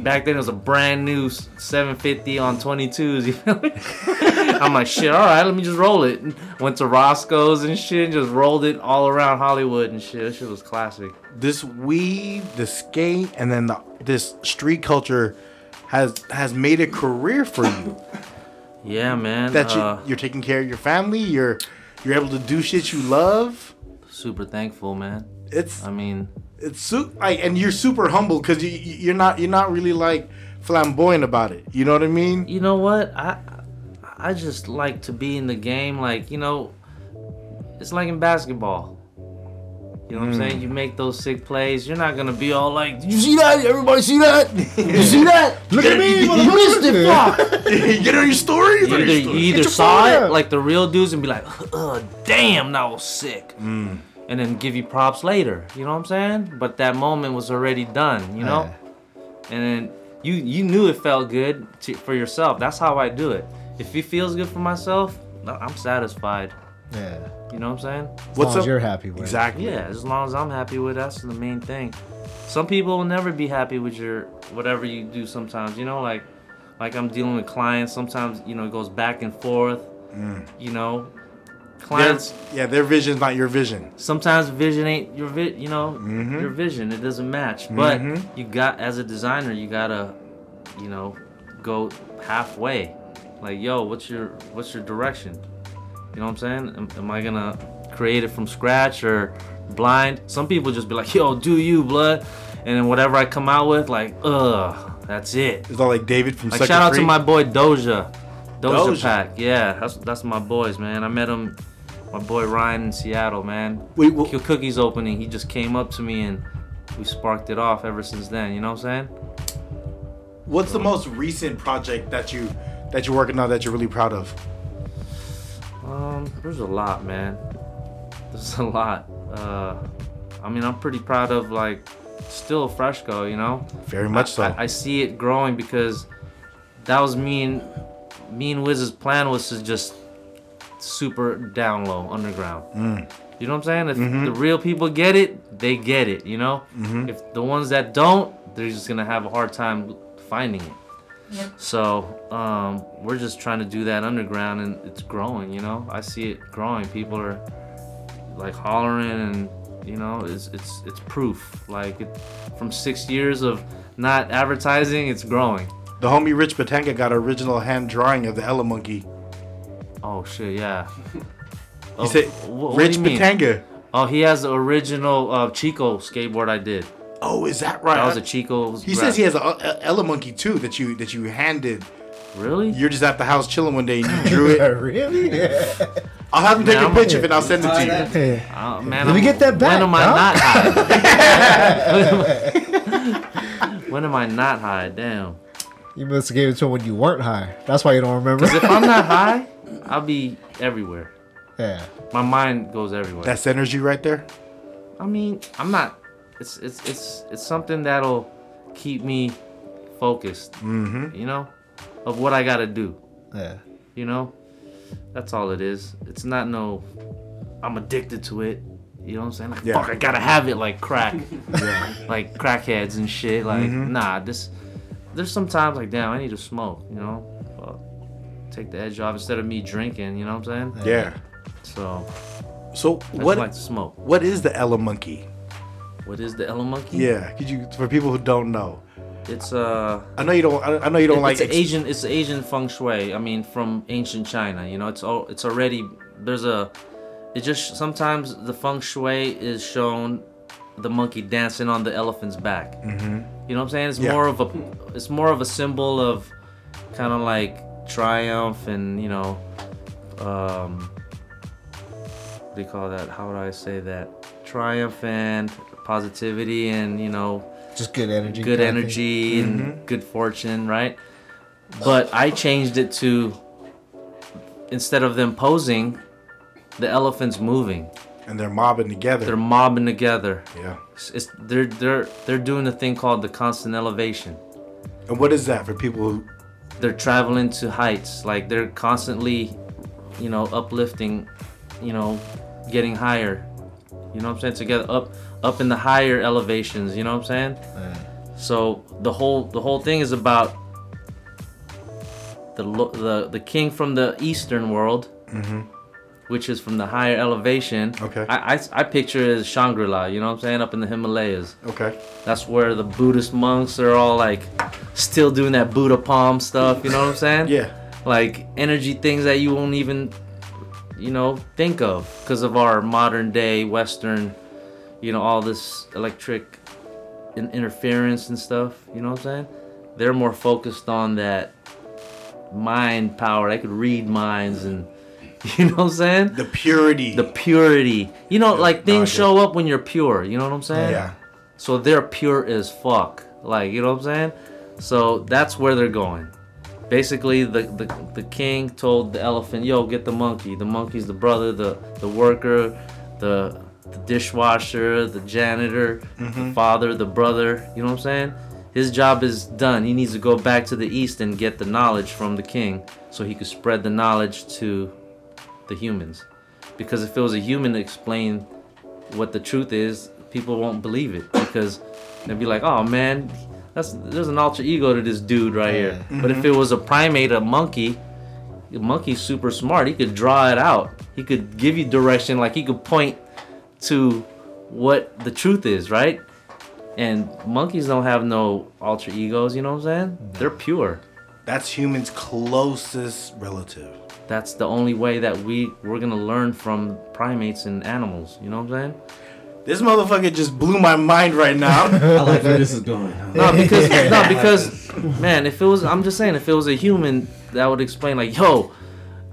Back then it was a brand new s- 750 on 22s. You feel me? I'm like, shit. All right, let me just roll it. Went to Roscoe's and shit, and just rolled it all around Hollywood and shit. That shit was classic. this weave, the skate, and then the, this street culture has has made a career for you. Yeah, man. that uh, you, you're taking care of your family. You're you're able to do shit you love. super thankful, man. It's I mean, it's su- like, and you're super humble because you you- you're not you're not really like flamboyant about it. You know what I mean? you know what i i just like to be in the game like you know it's like in basketball you know what i'm saying you make those sick plays you're not gonna be all like you see that everybody see that you see that Look at me. you missed it fuck." you get on your story. you either, you either Get your saw phone it out. like the real dudes and be like Ugh, damn that was sick and then give you props later you know what i'm saying but that moment was already done you know and then you you knew it felt good to, for yourself. That's how I do it. If it feels good for myself, no, I'm satisfied. Yeah. You know what I'm saying? As What's long as up? you're happy with. it. Exactly. Yeah, as long as I'm happy with it, that's the main thing. Some people will never be happy with your whatever you do sometimes, you know, like like I'm dealing with clients, sometimes, you know, it goes back and forth. You know. Their, Clients yeah, their vision's not your vision. sometimes vision ain't your vi- you know, your vision. It doesn't match. But you got as a designer, you gotta, you know, go halfway. Like, yo, what's your what's your direction? You know what I'm saying? Am, am I gonna create it from scratch or blind? Some people just be like, yo, do you, blood? And then whatever I come out with, like, ugh, that's it. It's all like David from Like Sucker shout out Free. to my boy Doja. Doja, Doja. Pack. Yeah, that's that's my boys, man. I met him my boy Ryan in Seattle, man. Wait, wh- Kill Cookie's opening. He just came up to me and we sparked it off ever since then, you know what I'm saying? What's the most recent project that you that you're working on that you're really proud of? Um, there's a lot, man. There's a lot. Uh I mean I'm pretty proud of like still Fresco, you know? Very much so. I, I see it growing because that was me and me and Wiz's plan was to just super down low underground. You know what I'm saying? If the real people get it, they get it. You know. If the ones that don't, they're just gonna have a hard time finding it. So um, we're just trying to do that underground, and it's growing. You know, I see it growing. People are like hollering, and you know, it's it's it's proof. Like it, from six years of not advertising, it's growing. the homie Rich Patenka got an original hand drawing of the Ella Monkey. Oh shit, yeah. He said, Rich Patenka. Oh, he has the original uh, Chico skateboard I did. Oh, is that right? That was a Chico. he says he has a, a Ella Monkey too that you that you handed. Really? You're just at the house chilling one day and you drew it. really? Yeah. I'll have him take Now a I'm- picture of it and I'll send it to you. Uh, man, Let me I'm- get that back, When am I dog. not high? when am I not high? Damn. You must have gave it to him when you weren't high. That's why you don't remember. If I'm not high, I'll be everywhere. yeah. My mind goes everywhere. That's energy right there. I mean, I'm not. It's it's it's it's something that'll keep me focused. Mm-hmm. You know, of what I gotta do. Yeah. You know, that's all it is. It's not no. I'm addicted to it. You know what I'm saying? Like Yeah. fuck, I gotta have it like crack, like crackheads and shit. Like Mm-hmm. nah, this. There's sometimes like damn, I need to smoke. You know, Fuck. take the edge off instead of me drinking. You know what I'm saying? Yeah. So So I what just like to smoke. what is the Ella Monkey? What is the Ella Monkey? Yeah, could you for people who don't know. it's uh. I know you don't I I know you don't like it's ex- Asian. It's Asian feng shui. I mean, from ancient China. You know, it's all. It's already there's a. It just sometimes the feng shui is shown, the monkey dancing on the elephant's back. Mm-hmm. You know what I'm saying? It's Yeah. more of a. It's more of a symbol of, kind of like triumph and you know, um. What do you call that? How would I say that? Triumph and positivity and you know Just good energy. good kinda thing. energy and good fortune, right? But I changed it to instead of them posing, the elephant's moving. and they're mobbing together. They're mobbing together. yeah. It's, it's- they're they're they're doing a thing called the constant elevation. And what is that for people who They're traveling to heights, like they're constantly, you know, uplifting, you know, getting higher. You know what I'm saying? Together up up in the higher elevations, you know what I'm saying? So the whole the whole thing is about the lo- the the king from the eastern world, which is from the higher elevation. Mm-hmm. Okay. I, I I picture it as Shangri La. You know what I'm saying? Up in the Himalayas. Okay. That's where the Buddhist monks are all like still doing that Buddha palm stuff. You know what I'm saying? Yeah. Like energy things that you won't even you know think of because of our modern day Western, you know, all this electric in- interference and stuff. You know what I'm saying? They're more focused on that mind power. They could read minds and you know what I'm saying? The purity. The purity. You know, like no, I things get it. show up when you're pure. You know what I'm saying? yeah. So they're pure as fuck. Like, you know what I'm saying? So that's where they're going. Basically, the, the, the king told the elephant, yo, get the monkey. The monkey's the brother, the, the worker, the, the dishwasher, the janitor, the father, the brother. You know what I'm saying? His job is done. He needs to go back to the east and get the knowledge from the king so he could spread the knowledge to the humans. because if it was a human to explain what the truth is, people won't believe it because they'd be like, "Oh man, that's there's an alter ego to this dude right here." But if it was a primate, a monkey, the monkey's super smart. He could draw it out. He could give you direction. Like he could point to what the truth is, right? And monkeys don't have no alter egos. You know what I'm saying? They're pure. That's humans' closest relative. That's the only way that we we're gonna learn from primates and animals. You know what I'm saying? This motherfucker just blew my mind right now. I like where this is going. huh? No, because no, because man, if it was, I'm just saying, if it was a human, that would explain like, yo,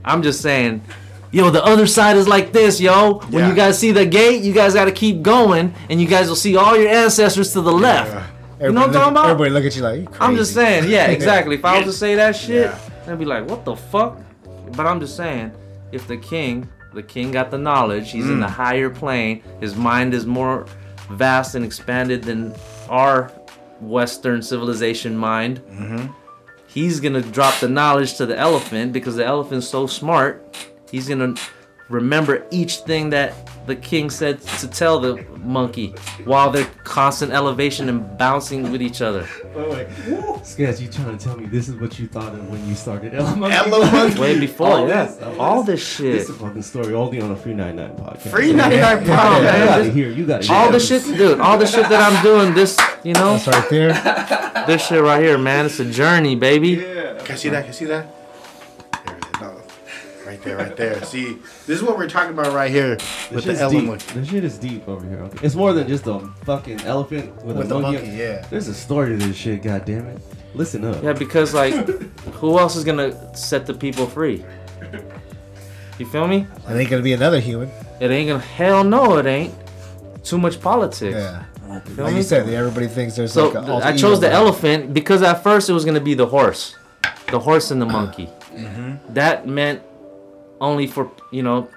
I'm just saying, yo, the other side is like this, yo. When Yeah. you guys see the gate, you guys got to keep going, and you guys will see all your ancestors to the left. You know what I'm look, talking about? Everybody look at you like, you crazy. I'm just saying, yeah, exactly. If I was to say that shit, they'd be like, what the fuck? But I'm just saying, if the king, the king got the knowledge, he's in the higher plane, his mind is more vast and expanded than our Western civilization mind. He's gonna drop the knowledge to the elephant because the elephant's so smart, he's gonna remember each thing that the king said to tell the monkey while they're constant elevation and bouncing with each other. Wait, wait. Sketch, you trying to tell me this is what you thought of when you started LMO? Hello, Way before, All Oh, yeah. this, all all this. this shit. This is a fucking story only on a free 99 podcast. free ninety nine Oh, pounds. You man, gotta this- hear. You gotta hear. all the shit, dude. All the shit that I'm doing, this, you know, That's right there. this shit right here, man. It's a journey, baby. Can I see that? Can I see that? There it is. No. Right there, right there. See, this is what we're talking about right here This with shit's the element. deep. This shit is deep over here. Okay? It's more than just a fucking elephant with, With a a monkey. monkey, yeah. There's a story to this shit. God damn it. Listen up. Yeah, because like, who else is gonna set the people free? You feel me? It ain't gonna be another human. It ain't gonna. Hell no, it ain't. Too much politics. Yeah. You feel Like me? you said, everybody thinks there's So like th- an alter I chose ego, the but elephant because at first it was gonna be the horse, the horse and the monkey. Mm-hmm. That meant only for you know,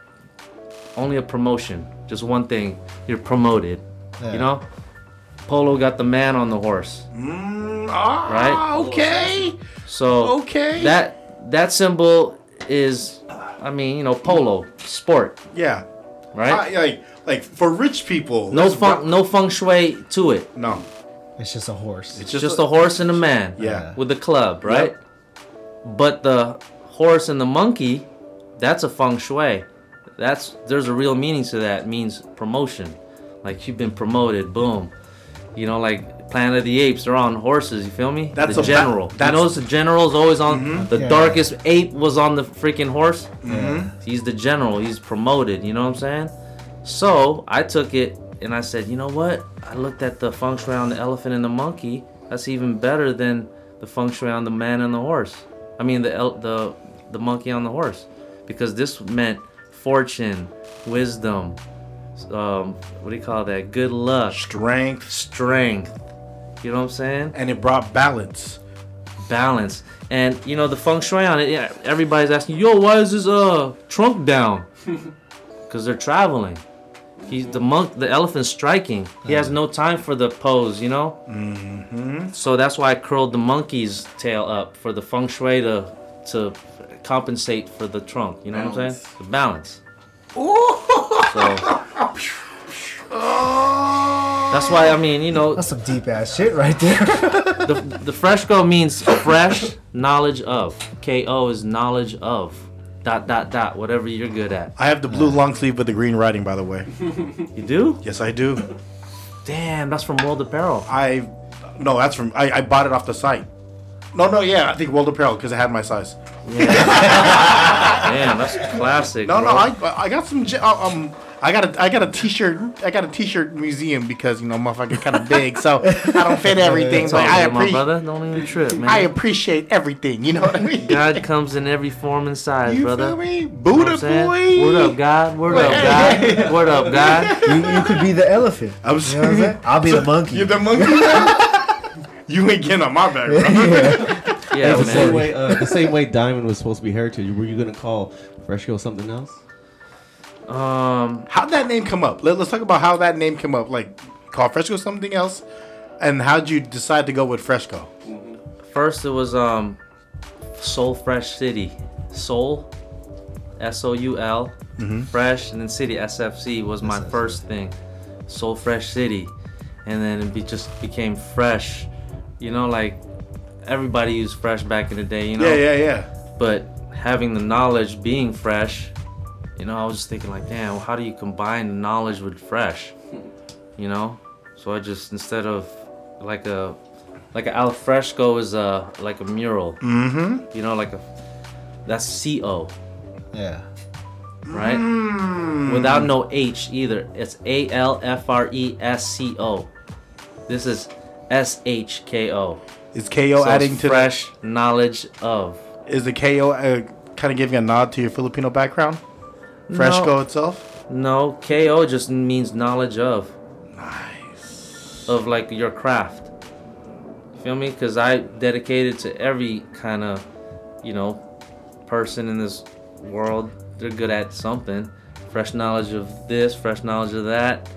only a promotion, just one thing. You're promoted, Yeah. you know. Polo got the man on the horse, Mm, Right? ah, okay. so Okay. that that symbol is, I mean, you know, polo sport, Yeah. right? Ah, I- like, like for rich people. No it's feng, no feng shui to it. bro- No. It's just a horse. It's just a horse and a man. Yeah. With the club, right? But the horse and the monkey, that's a feng shui. That's there's a real meaning to that. It means promotion. Like you've been promoted, boom. You know, like Planet of the Apes, they're on horses. You feel me? That's the a ba- general. that's- Mm-hmm. you notice the general's always on. The Yeah. darkest ape was on the freaking horse. Mm-hmm. He's the general. He's promoted. You know what I'm saying? So I took it and I said, you know what? I looked at the feng shui on the elephant and the monkey. That's even better than the feng shui on the man and the horse. I mean the el- the the monkey on the horse, because this meant fortune, wisdom, um, what do you call that? Good luck, Strength. strength. You know what I'm saying? And it brought balance. balance. And you know the feng shui on it. Yeah, everybody's asking, yo, why is this uh trunk down? Because they're traveling. He's the monk, the elephant striking. He has no time for the pose, you know. Uh-huh. Mm-hmm. So that's why I curled the monkey's tail up for the feng shui to to compensate for the trunk. You know what I'm Balance. saying? The balance. So Oh. that's why I mean, you know, That's some deep ass shit right there. the, the fresco means fresh knowledge of. K-O is knowledge of. Dot dot dot. Whatever you're good at. I have the blue long sleeve with the green writing, by the way. You do? Yes, I do. Damn, that's from World Apparel. I, no, that's from I, I bought it off the site. No, no, yeah, I think World Apparel because it had my size. Yeah. Damn, that's classic. No, no, bro. I, I got some. j- uh, Um, I got a, I got a T-shirt, I got a T-shirt museum because you know, motherfucker, kind of big, so I don't fit everything. but Talking I to my appreciate, brother. Don't even trip, man. I appreciate everything. You know what I mean? God comes in every form and size, you brother. feel me, You know Buddha what I'm saying? boy? Word up, God. Word up, God. Word up, God. you, you could be the elephant. I'm You know what I'm sorry. saying? I'll be the monkey. You're the monkey. man? you ain't getting on my back, bro. Yeah, the same man. way, uh, the same way Diamond was supposed to be heritage. Were you gonna call Fresco something else? Um, How'd that name come up? Let, let's talk about how that name came up. Like, call Fresco something else, and how'd you decide to go with Fresco? first it was um, Soul Fresh City. Soul, S O U L Mm-hmm. Fresh, and then City SFC was my SFC. first thing. Soul Fresh City, and then it be, just became Fresh. You know, like everybody used Fresh back in the day. You know, Yeah, yeah, yeah. but having the knowledge being fresh you know i was just thinking like damn how do you combine knowledge with fresh you know so i just instead of like a like an al fresco is a like a mural Mm-hmm. you know like a that's co Yeah. right Mm. without no h either it's a l f r e s c o this is s h k o Is KO Oh, adding to that? fresh knowledge of Is the KO uh, kind of giving a nod to your Filipino background? Fresco No. itself? No, KO just means knowledge of. Nice. Of like your craft. You feel me? Because I dedicated to every kind of, you know, person in this world. They're good at something. Fresh knowledge of this, fresh knowledge of that.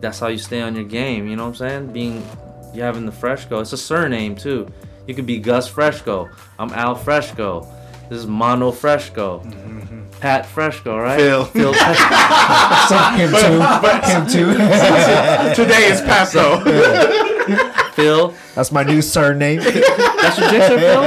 That's how you stay on your game. You know what I'm saying? Being, you having the Fresco. It's a surname too. You could be Gus Fresco. I'm Al Fresco. This is Mono Fresco. Pat Fresco, right? Phil. Phil Some, him too. Him too. Today is Paso. Phil. That's my new surname. That's your jixer, Phil?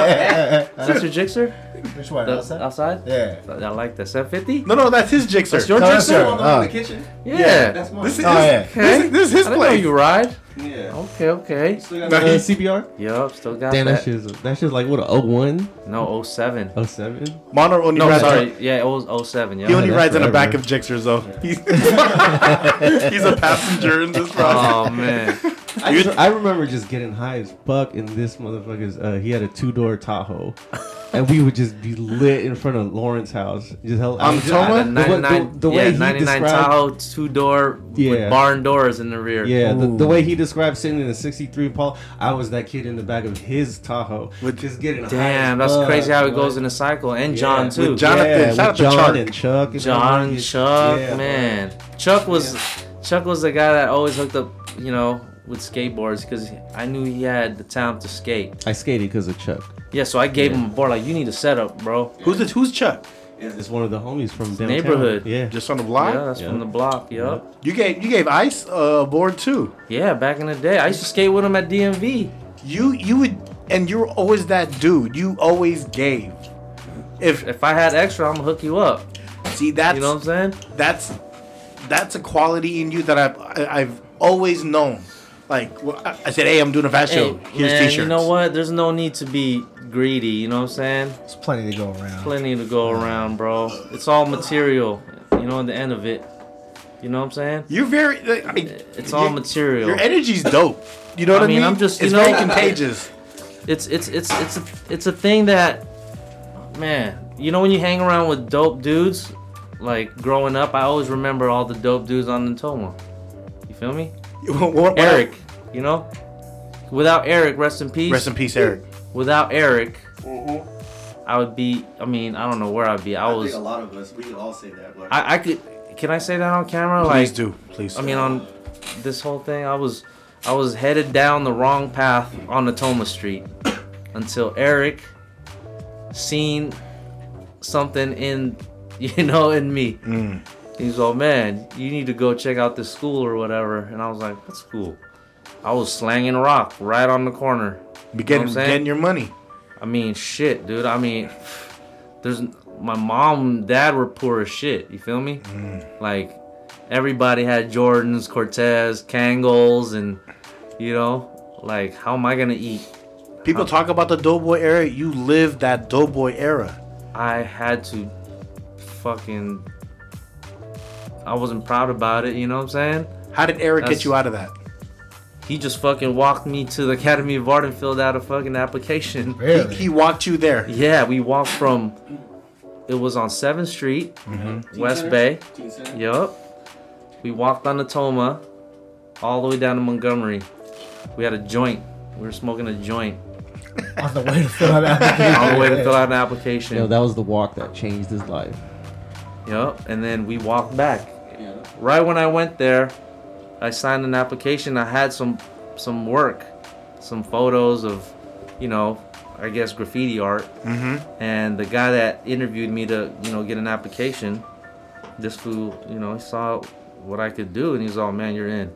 That's your jixer? Which one? The- outside? Yeah. I I like that. 750? no, no, that's his jixer. That's your No, jixer? that's your- I'm in Oh. the kitchen. Yeah. That's mine. This is, Oh, yeah. this, is- this is his I didn't know place. you ride. yeah. Okay, okay. Still got my uh, CPR? Yup, still got Damn, that that. shit is that shit's like what a 01, No, 07. 07? Mono, oh, no, No, sorry. sorry. Yeah, oh, it was 07. He Yeah. only that's rides in the back of forever. Jixers, though. He's, he's a passenger in this process. Oh, man. I, You- just- I remember just getting high as fuck, and this motherfucker's uh, he had a two door Tahoe, and we would just be lit in front of Lauren's house. Just hell, I On was the just- Tacoma? The The way- 99, the way yeah, he 99 described- Tahoe, two door with Yeah. barn doors in the rear. Yeah, the, the Ooh. way he described sitting in a '63 Paul, I was that kid in the back of his Tahoe, with just getting Damn, that's crazy how it goes in a cycle. And John, With too. John- Jonathan, shout yeah, with out to John Chuck. and Chuck. and John everyone. Chuck, Yeah, man. Chuck was Chuck was the guy that always hooked up, you know, with skateboards because I knew he had the talent to skate. I skated because of Chuck. Yeah, so I gave him a board like, you need a setup, bro. Who's it? Who's Chuck? It's one of the homies from downtown. neighborhood. Yeah, Just on the Yeah, block. that's Yeah. from the block. Yup. You gave you gave Ice uh, a board too. Yeah, back in the day, I used to skate with him at DMV. You you would and you were always that dude. You always gave. If If I had extra, I'm gonna hook you up. see that's You know what I'm saying? that's that's a quality in you that I've I- I've always known. Like wh- I I said, hey, I'm doing a fast show. Here's man, t-shirts. you know what? There's no need to be greedy. You know what I'm saying? There's plenty to go around. Plenty to go around, bro. It's all material. You know, in the end of it. You know what I'm saying? You're very. Like, I, It's all your, material. your energy's dope. You know I what I mean? mean, I'm just- you It's know- very contagious. it's it's it's it's a, it's a thing that man you know when you hang around with dope dudes like growing up i always remember all the dope dudes on Nintoma. you feel me What- what- eric you know without eric rest in peace Rest in peace, Eric. without eric i would be i mean i don't know where Mm-hmm. i'd be i was lot of us, we could all say that. But i, I could can i say that on camera Please like do, please. I mean, on this whole thing, I was I was headed down the wrong path on Natoma Street until Eric seen something in you know in me. He's all, man, you need to go check out this school or whatever. And I was like, what school? I was slanging rock right on the corner. Be getting, I'm saying? getting your money. I mean, shit, dude. I mean, there's my mom and dad were poor as shit. You feel me? Like everybody had Jordans, Cortez, Kangles, and you know, like how am I gonna eat? People talk about the Doughboy era. You lived that Doughboy era. I had to fucking. I wasn't proud about it. You know what I'm saying? How did Eric That's- get you out of that? He just fucking walked me to the Academy of Art and filled out a fucking application. He, Really? he walked you there. Yeah, we walked from. It was on Seventh Street, Mm-hmm. West Bay. Yup. We walked on the Toma all the way down to Montgomery. We had a joint. We were smoking a joint On the way to fill out application. all the way to fill out an application. that was the walk that changed his life. Yup. And then we walked back. Right when I went there, I signed an application. I had some some work, some photos of, you know, I guess graffiti art. Mm-hmm. And the guy that interviewed me to, you know, get an application, this fool, you know, he saw what I could do, and he's all, "Man, you're in."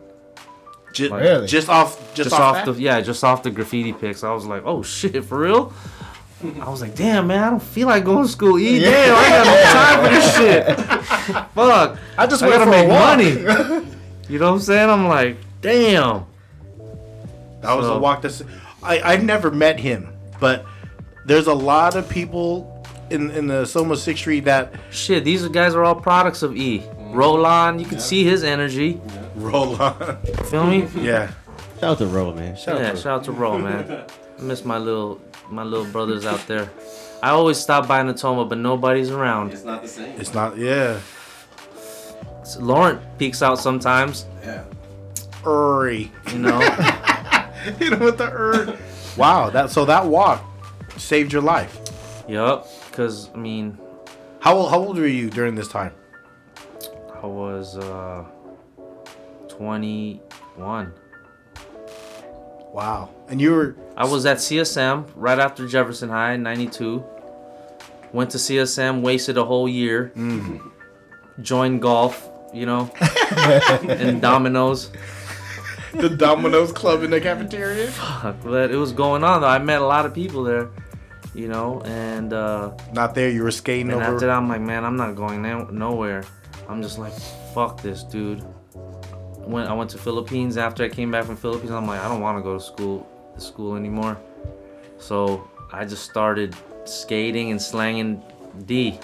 Just, Really? just off, just, Just off that? the yeah, just off the graffiti pics. I was like, "Oh shit, for real." I was like, damn man, I don't feel like going to school. E, Yeah. damn, I ain't got no time for this shit. Fuck, I just I went gotta for a make walk. money. you know what I'm saying? I'm like, damn. That was the So- walk. This I I've never met him, but there's a lot of people in in the Soma Six Street that Shit, these guys are all products of E. Mm-hmm. Roland, you can see his energy. roll on. Feel me? yeah. Shout out to Ro, man. Shout yeah, shout out to Ro, man. I miss my little my little brothers out there. I always stop by Natoma, but nobody's around. It's not the same. It's not. Yeah. So Laurent peeks out sometimes, Yeah. Uri. you know. you know what the ur. wow. That so that walk saved your life. yup, because I mean, How old How old were you during this time? I was uh 21. Wow. And you were I was at CSM right after Jefferson High, 92. Went to CSM, wasted a whole year. Joined golf, you know, and dominoes. the Domino's Club in the cafeteria. Fuck, But it was going on though. I met a lot of people there, you know, and uh, Not there. You were skating and after over. that, I'm like, man, I'm not going no- nowhere. I'm just like, fuck this, dude. When I went to Philippines after I came back from Philippines, I'm like, I don't want to go to school, to school anymore. So I just started skating and slanging D.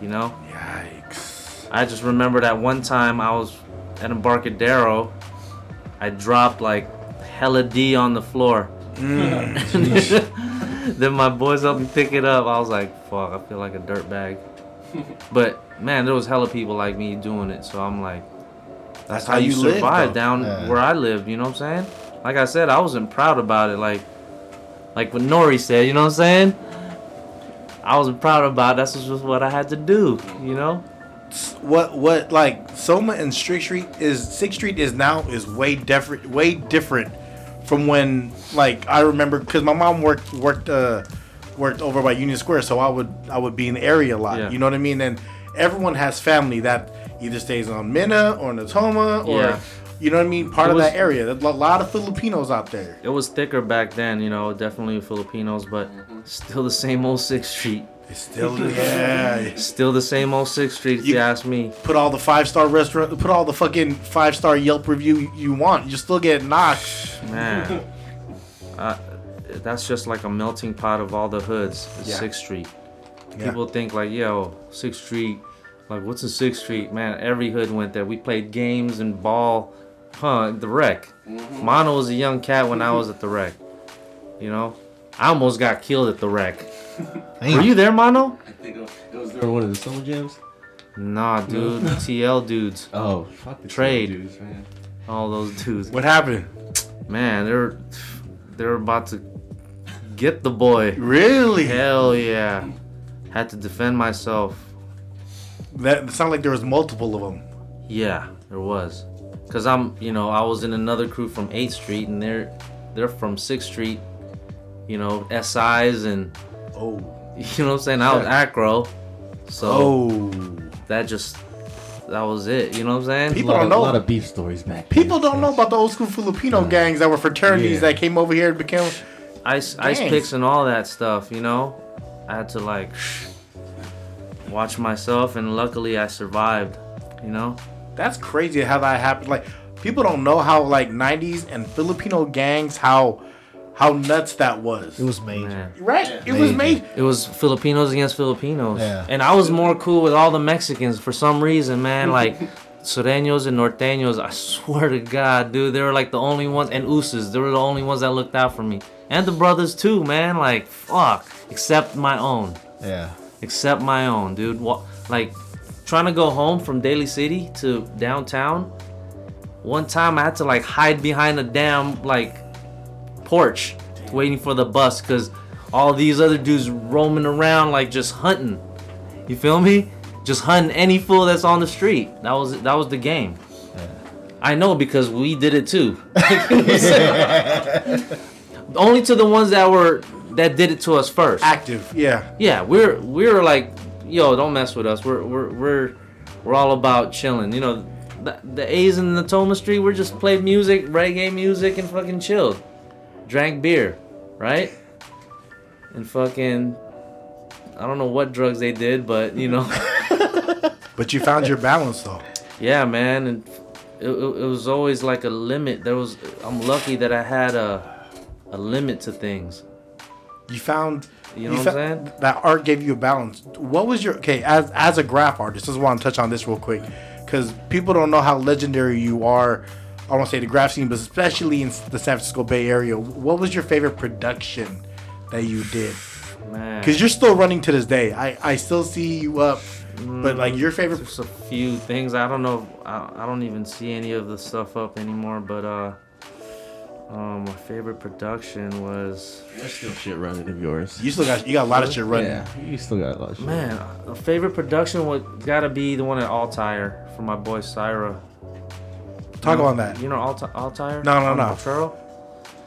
You know, Yikes. I just remember that one time I was at Embarcadero, I dropped like hella D on the floor. then my boys helped me pick it up. I was like, fuck, I feel like a dirtbag. But man, there was hella people like me doing it, so I'm like, That's how you live, survive though. down Yeah. where I lived. You know what I'm saying? Like I said, I wasn't proud about it. Like, like what Nori said. You know what I'm saying? I wasn't proud about. It. That's just what I had to do. You know? what what like Soma and Sixth Street is Sixth Street is now is way different way different from when like I remember because my mom worked worked uh worked over by Union Square so I would I would be in the area a lot Yeah. you know what I mean and everyone has family that either stays on Minna or Natoma or Yeah. you know what I mean part It of was- that area there's a lot of Filipinos out there It was thicker back then. You know, definitely Filipinos, but still the same old Sixth Street. it's still yeah Still the same old Sixth Street. If You- you ask me. put all the five star restaurant put all the fucking five star Yelp review you want you still get knocked Man, uh, that's just like a melting pot of all the hoods. It's Yeah. Sixth Street. Yeah. People think like, yo, Sixth Street. Like, what's in Sixth Street? Man, every hood went there. We played games and ball, huh? at The wreck. Mono was a young cat when I was at the wreck. You know, I almost got killed at the wreck. Were you there, Mono? I think it was during one of the summer jams. Nah, dude. the TL dudes, Oh, fuck the Trade. summer dudes, man. all those dudes. what happened Man, they're they're about to get the boy. really Hell yeah. Had to defend myself. That it sounded like there was multiple of them. Yeah, there was. Cause I'm, you know, I was in another crew from 8th Street and they're they're from 6th Street, you know, SIs and Oh. you know what I'm saying? I was acro. So Oh. that just that was it, you know what I'm saying? People lot don't of, know. lot of beef stories back. then. People don't know about the old school Filipino gangs that were fraternities Yeah. that came over here and became. Ice ice Dang. picks and all that stuff, you know? I had to like watch myself and luckily I survived, you know? That's crazy how that happened. Like people don't know how like '90s and Filipino gangs how how nuts that was. It was major. Man. right. It was made. It was Filipinos against Filipinos. Yeah. And I was more cool with all the Mexicans for some reason, man. Like Sureños and Norteños, I swear to God, dude, they were like the only ones, and Usas, they were the only ones that looked out for me. And the brothers too, man. Like, fuck. Except my own. Yeah. Except my own, dude. Wa- Like, trying to go home from Daly City to downtown, one time I had to like hide behind a damn like porch waiting for the bus because all these other dudes roaming around like just hunting. You feel me? Just hunting any fool that's on the street. That was that was the game. I know because we did it too. Only to the ones that were that did it to us first. Active. Yeah. Yeah, we're we're like, yo, don't mess with us. We're we're we're We're all about chilling. You know, the, the A's in the Toma Street, we just played music, reggae music, and fucking chilled. Drank beer, right? And fucking, I don't know what drugs they did, but you know. But you found your balance though. yeah man and it, it, it was always like a limit there was i'm lucky that i had a a limit to things You found. You know what fo- I'm saying? That art gave you a balance. What was your okay as as a graph artist? Just want to touch on this real quick because people don't know how legendary you are. I want to say the graph scene, but especially in the San Francisco Bay Area. What was your favorite production that you did? man Because you're still running to this day. I I still see you up, but like your favorite. just a few things i don't know I, I don't even see any of the stuff up anymore but uh um, my favorite production was There's still shit running of yours. You still got you got a lot of shit running. Yeah, you still got a lot of shit. man a favorite production would gotta be the one at Altire for my boy Syra. Talk about that. You know Alti- Altire? No, no, On no. Potrero?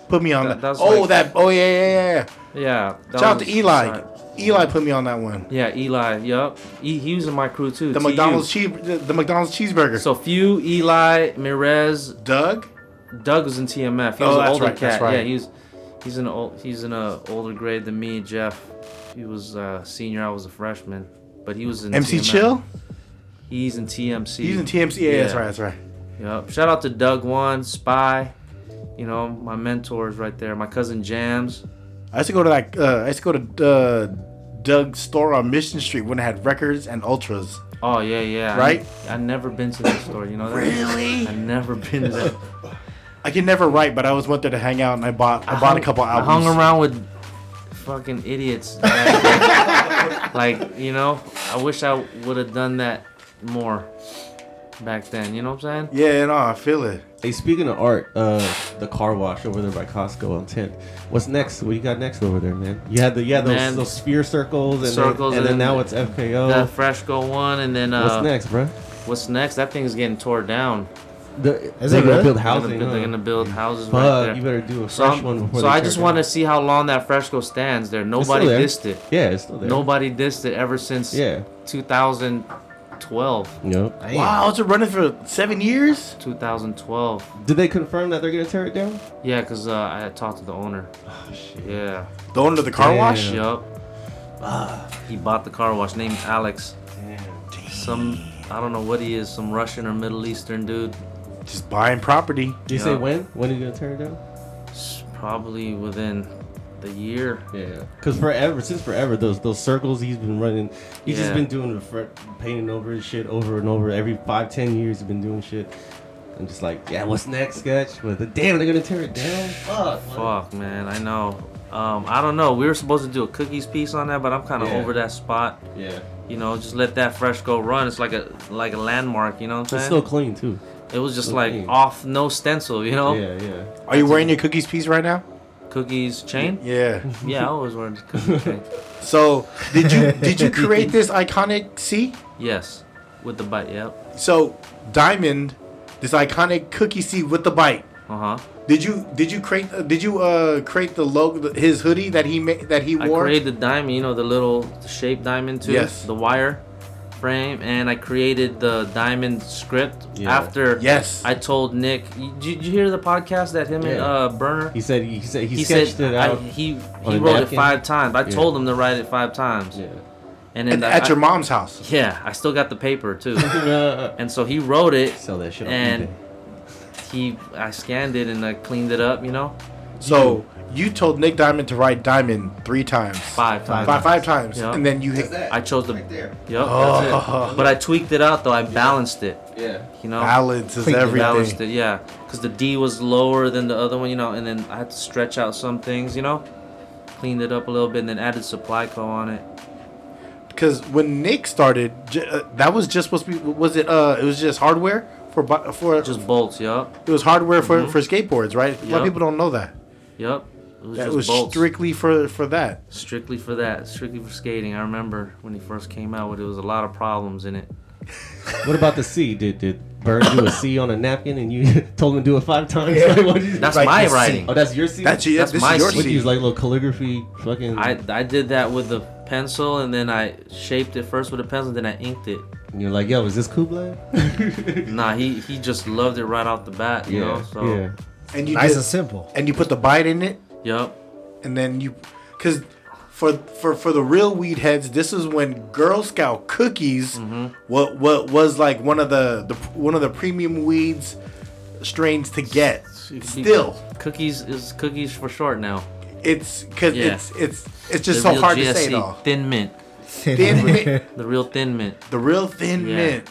Put me on That- that. that's oh, like- that. Oh yeah, yeah, yeah, yeah. Yeah. that Shout out to was- Eli. Syra. Eli put me on that one. Yeah, Eli. Yup. He, he was in my crew too. The TU. McDonald's cheese. The, the McDonald's cheeseburger. So few Eli Mirez, Doug. Doug was in TMF. He Oh, was an that's older right, cat. that's right. Yeah, he was. He's in a old, he's in a older grade than me, Jeff. He was uh, senior. I was a freshman, but he was in MC TMF. Chill. He's in TMC. He's in TMC. Yeah, that's E. Yeah. right. That's right. Yup. Shout out to Doug One Spy. You know my mentors right there. My cousin Jams. I used to go to that. Uh, I used to go to uh, Doug's store on Mission Street when it had records and ultras. Oh yeah, yeah. I- Right? I, never been to that store. You know that? Really? I never been to that. I can never write, but I always went there to hang out, and I bought. I, bought hung- a couple I albums. hung around with fucking idiots. back then. like, you know, I wish I would have done that more back then. You know what I'm saying? Yeah, no, I feel it. Hey, speaking of art, uh, the car wash over there by Costco on 10th. What's next? What you got next over there, man? You had the yeah Man. those, those sphere circles and Circles then, and then and now the- it's FKO. The Freshco one, and then uh, What's next, bro? What's next? That thing's getting tore down. The, Is they're it good? gonna build They're gonna housing. bu- They're huh? Mm. gonna build houses right Fuck, there. you better do a so fresh I'm- one before. so they I tear just it want to down. see how long that Freshco stands there. It's still Nobody there. dissed it. Yeah, it's still there. Nobody dissed it ever since Yeah. 2012. Yep. Wow, it's been running for seven years. 2012. Did they confirm that they're gonna tear it down? Yeah, cause uh, I had talked to the owner. Oh shit. Yeah. The owner of the car Damn. wash. Yup. Ah. He bought the car wash named Alex. Some I don't know what he is, some Russian or Middle Eastern dude. Just buying property. Do you say Yeah. when? When are you gonna tear it down? S- Probably within the year. Yeah, because forever, since forever, those those circles he's been running, he's Yeah. just been doing the fr- painting over his shit over and over. Every five, ten years, he's been doing shit. I'm just like, yeah, what's next, sketch? But the damn, they're gonna tear it down. Fuck. man. Fuck man, I know. Um, I don't know. We were supposed to do a cookies piece on that, but I'm kind of Yeah. over that spot. Yeah, You know, just let that fresh go run. It's like a like a landmark. You know what I'm it's saying? still clean too. it was just still like clean. off, no stencil. You know, Yeah, yeah. Are you wearing your cookies piece right now? cookies chain. Yeah. Yeah, I always wear the cookies chain. So did you did you create this iconic C? Yes, with the bite. Yep. So diamond, this iconic cookie C with the bite. Uh huh. Did you did you create uh, did you uh create the logo his hoodie that he made that he I wore? created the diamond, you know, the little shaped diamond too, Yes. the wire frame, and I created the diamond script Yeah. after. Yes. I told Nick. You, did you hear the podcast that him and Yeah. uh, Burner? He said he, he said he, He sketched said it I- out. he on he a wrote it napkin. five times. I Yeah. told him to write it five times. And then And I- at your I- mom's house. yeah, I still got the paper too. yeah. and so he wrote it. Sell that shit. And on eBay. he, I scanned it and I cleaned it up. You know, So you told Nick Diamond to write diamond three times. five times. Five, five times. Yeah. And then you hit I chose the. Right there. Yep. Oh. That's it. But I tweaked it out though. I balanced it. Yeah. You know. balance is Clean it out, balanced everything. it, yeah. Because the D was lower than the other one, you know, and then I had to stretch out some things, you know. Cleaned it up a little bit and then added supply co on it. Because when Nick started, j- uh, that was just supposed to be. Was it? Uh, it was just hardware for bi- for. Just bolts, yup. it was hardware for, for skateboards, right? A lot Yep. of people don't know that. Yup. It was That just was bolts. strictly for for that. strictly for that, strictly for skating. I remember when he first came out with it, it was a lot of problems in it. What about the C? Did did Burn do a C on a napkin and you told him to do it five times? Like, what did you- That's Like my the C- writing. oh, that's your C. That's, you- That's this my is your seat. What do you seat. use like little calligraphy fucking I, I did that with the pencil, and then I shaped it first with a pencil, then I inked it. And you're like, yo, is this Kublai? Nah, he he just loved it right off the bat, you know. So, yeah. And you Nice did- and simple. and you put the bite in it, yep. and then you, because for for for the real weed heads, this is when Girl Scout cookies, what what was like one of the, the one of the premium weeds strains to get. Still, cookies is cookies for short now. it's because Yeah. it's it's it's just so hard to say it all. thin mint, Thin mint, the real thin mint. the real thin Yeah. mint.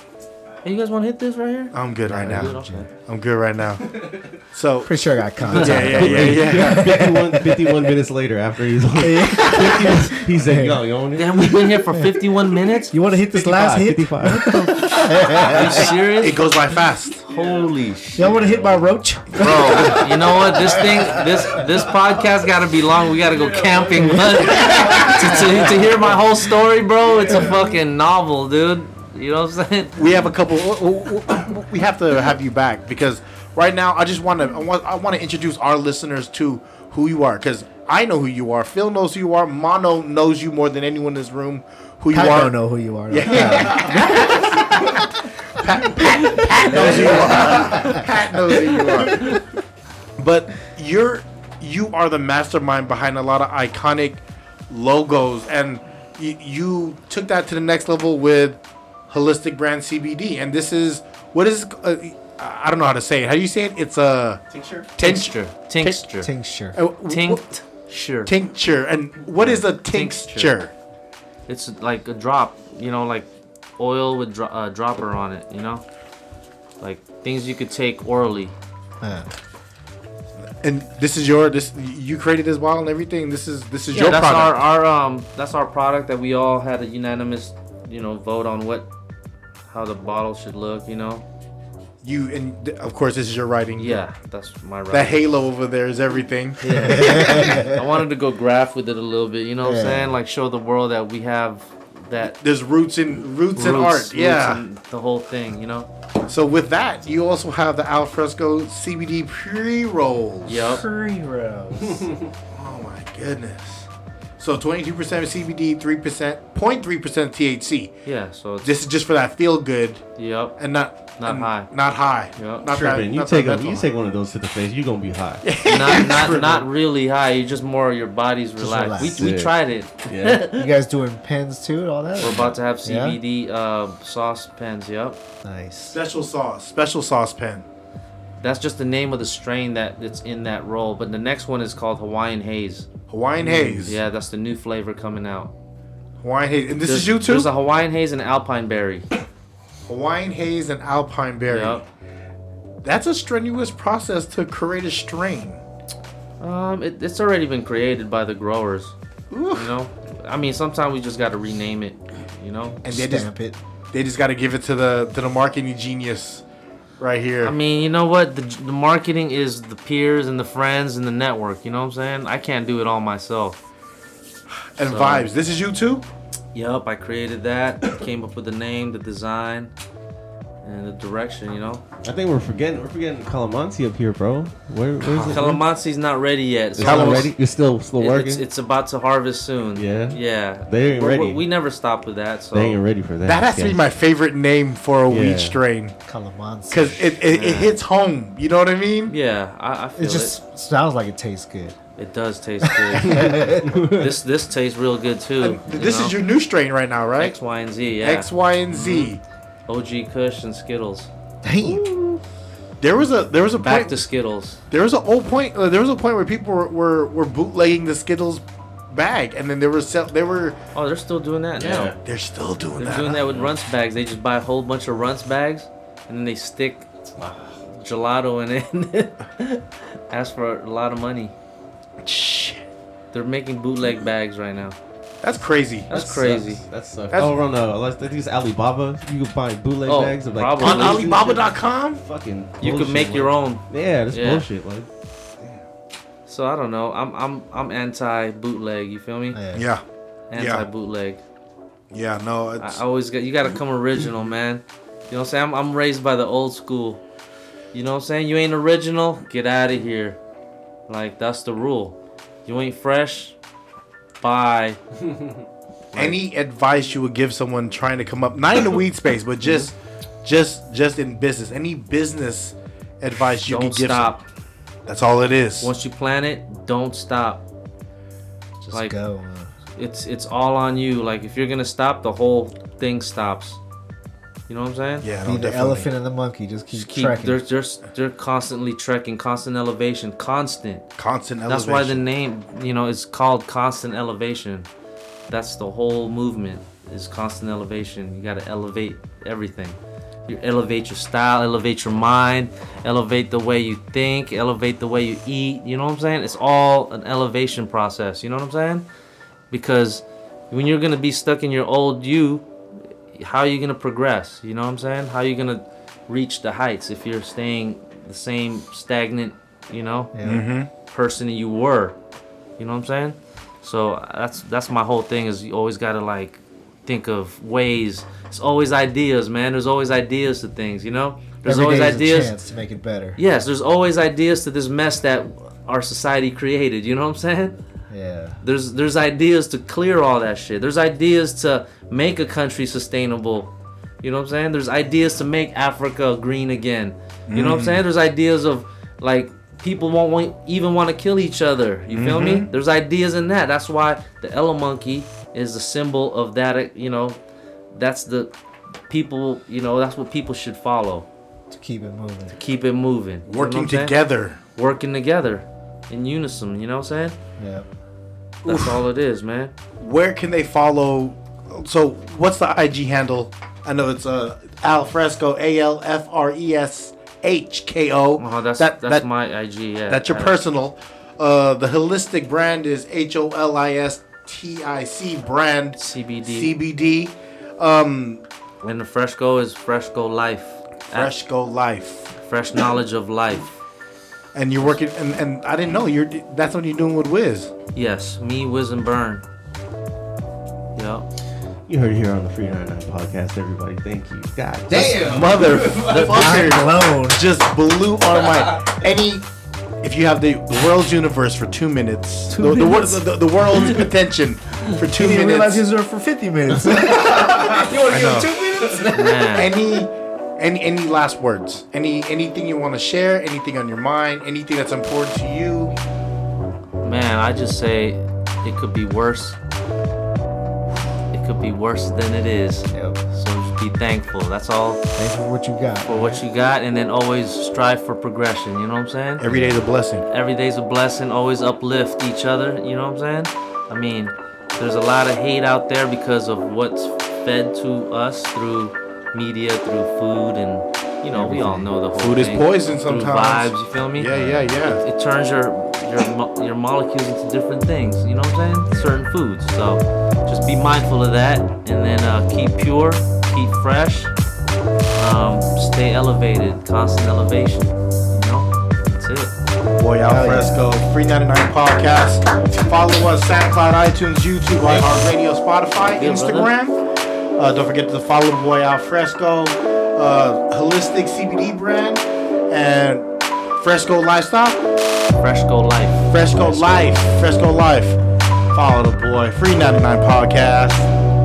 Hey, you guys want to hit this right here? I'm good right Good, now. okay. I'm good right now. So Pretty sure I got contact. yeah, yeah, yeah, yeah. 51, 51 minutes later, after he's on, 50, he's like, yo, you want it? Damn, we've been here for 51 minutes. You want to hit this last hit? 55. Are you It serious? goes by fast, Holy shit! Y'all want to hit my roach? bro. You know what? This thing, this this podcast got to be long. We got to go camping, but to, to, to hear my whole story, bro, it's a fucking novel, dude. You know what I'm saying? we have a couple. oh, We have to have you back because right now I just want to. I want. I want to introduce our listeners to who you are because I know who you are. Phil knows who you are. Mono knows you more than anyone in this room. Who you I are? don't know who you are. though. knows who you are. Pat knows who you are. But you're you are the mastermind behind a lot of iconic logos, and you, you took that to the next level with holistic brand CBD. And this is what is uh, I don't know how to say it. How do you say it? It's a Tincture? Tincture, tincture, Tincture. Uh, w- tinct, sure. tincture. And what is a tincture? Tincture. It's like a drop, you know, like oil with dro- uh, dropper on it, you know, like things you could take orally. Uh, And this is your this you created this bottle and everything. This is this is Yeah, your that's product. our our um that's our product that we all had a unanimous, you know, vote on what how the bottle should look, you know. you and th- of course this is your writing. Yeah, that's my right. That halo over there is everything. I wanted to go graph with it a little bit, you know what Yeah. I'm saying? Like show the world that we have that There's roots in roots, in roots- art. Yeah. roots in the whole thing, you know. so with that, you also have the alfresco CBD pre rolls. Yep. Curry rose. Oh my goodness. So 22% CBD, 3%, 0.3% THC. Yeah, so it's, This is just for that feel good yep. and not Not and high. Not high. Yep. Not Tripping. You not take, a, mental you high. take one of those to the face, you're going to be high. not not, not really high. You just more your body's relaxed. relax. We, we Yeah. tried it. Yeah. You guys doing pens too and all that? We're about to have Yeah? CBD uh, sauce pens. Yep. Nice. special sauce, special sauce pen. That's just the name of the strain that that's in that roll. But the next one is called Hawaiian Haze. Hawaiian haze. Mm, Yeah, that's the new flavor coming out. Hawaiian haze. And this is There's- you too? There's a Hawaiian Haze and Alpine Berry. Hawaiian haze and alpine berry. Yep. That's a strenuous process to create a strain. Um, it, it's already been created by the growers. Oof. You know, I mean, sometimes we just got to rename it. You know, And they just Stamp it. They just got to give it to the to the marketing genius right here. I mean, you know what? The, the marketing is the peers and the friends and the network. You know what I'm saying? I can't do it all myself. and so- vibes. This is you too? Yup, I created that. came up with the name, the design, and the direction. You know, I think we're forgetting we're forgetting Calamansi up here, bro. Where, where's it? Calamansi's not ready yet. It's So not Calamansi- ready? You're still still it- working? it's, it's about to harvest soon. Yeah? Yeah. They ain't We're- ready. We, we never stop with that. So they ain't ready for that. That has to be guys. my favorite name for a Yeah. weed strain Calamansi. because it, it, it hits home. You know what I mean? Yeah, I, I feel it just sounds like it tastes good. it. It does taste good. this this tastes real good too. Th- This is your new strain right now, right? X, Y, and Z. Yeah. Mm-hmm. X, Y, and Z. OG Kush and Skittles. Damn. There was a there was a Back point, to Skittles. there was an old point uh, there was a point where people were, were, were bootlegging the Skittles bag, and then they were sell, they were Oh, they're still doing that now. Yeah. they're still doing They're that. doing that with runts bags. They just buy a whole bunch of runts bags and then they stick gelato in it. Ask for a lot of money. Shit. They're making bootleg bags right now. That's crazy. That's That crazy. sucks. That sucks. That's- oh, no, I think it's Alibaba. You can find bootleg Oh, bags of like probably. On Calamansi and shit. Alibaba.com, Fucking. You bullshit, could make your like- own. Yeah, that's Yeah. bullshit. Like, So I don't know. I'm I'm I'm anti bootleg. You feel me? Yeah. yeah, Anti bootleg. yeah, no, I it's, I always got you got to come original, man. You know what I'm saying? I'm, I'm raised by the old school. You know what I'm saying? You ain't original, get out of here. Like that's the rule. You ain't fresh, bye. Any advice you would give someone trying to come up, not in the weed space, but just, just, just in business? Any business advice you don't could give? stop. That's all it is. Once you plan it, don't stop. Just Like- go. man. It's it's all on you. Like if you're gonna stop, the whole thing stops. You know what I'm saying? yeah, no, Be the definitely. elephant and the monkey. Just keep, Just keep trekking. they're they're they're constantly trekking, constant elevation, constant. Constant elevation. That's why the name, you know, is called constant elevation. That's the whole movement is constant elevation. You gotta elevate everything. You elevate your style, elevate your mind, elevate the way you think, elevate the way you eat. You know what I'm saying? It's all an elevation process. You know what I'm saying? Because when you're gonna be stuck in your old you, how are you gonna progress? You know what I'm saying? How are you gonna reach the heights if you're staying the same stagnant? You know? Yeah. person you were. You know what I'm saying? So that's that's my whole thing is you always gotta like think of ways. It's always ideas, man. There's always ideas to things, you know? There's Every always day is ideas. a chance to make it better. Yes, there's always ideas to this mess that our society created, you know what I'm saying? Yeah. There's there's ideas to clear all that shit. There's ideas to make a country sustainable. You know what I'm saying? There's ideas to make Africa green again. You Mm. know what I'm saying? There's ideas of like people won't want, even want to kill each other. You feel me? Mm-hmm. There's ideas in that. That's why the Ella monkey is the symbol of that. uh, You know, that's the people. You know, that's what people should follow. To keep it moving. Keep it moving. You know what working I'm saying? together. Working together, in unison. You know what I'm saying? Yeah. That's all it is, man. Where can they follow? So, what's the IG handle? I know it's uh, Al Fresco, A L F R E S H K O. Oh, that's That- that's that- my IG. Yeah, That's your I- personal. Uh, the holistic brand is H O L I S T I C brand. CBD. CBD. Um, And the Fresco is Fresco Life. Fresh, Fresh Go Life. fresh knowledge of life. And you're working, and, and I didn't know you're. That's what you're doing with Wiz. Yes, me, Wiz, and Burn. Yep. You heard it here on the Free 99 podcast, everybody. Thank you. God Damn, motherfucker, Alone. just blew our mind. Any, if you have the world's universe for two minutes, the, the wor- The, the, world's attention for two You didn't minutes. realize he was there for 50 minutes. you want to give him two minutes? Man, any any any last words any anything you want to share anything on your mind anything that's important to you man, I just say it could be worse. It could be worse than it is. Yep. So just be thankful. That's all Thanks for what you got. for what you got, and then always strive for progression. You know what I'm saying? every day is a blessing every day's a blessing always uplift each other you know what i'm saying i mean there's a lot of hate out there because of what's fed to us through media through food and you know we all know the whole Food is thing. poison Through sometimes. vibes you feel me yeah yeah yeah it turns your your mo- your molecules into different things you know what i'm saying certain foods so just be mindful of that and then uh, keep pure keep fresh um, stay elevated constant elevation you know that's it boy Hell al yeah. fresco free 99 podcast follow us soundcloud itunes youtube iheartradio spotify Yeah, instagram uh, don't forget to follow the boy al fresco uh, holistic cbd brand and fresco lifestyle fresco life fresco life fresco life follow the boy free 99 podcast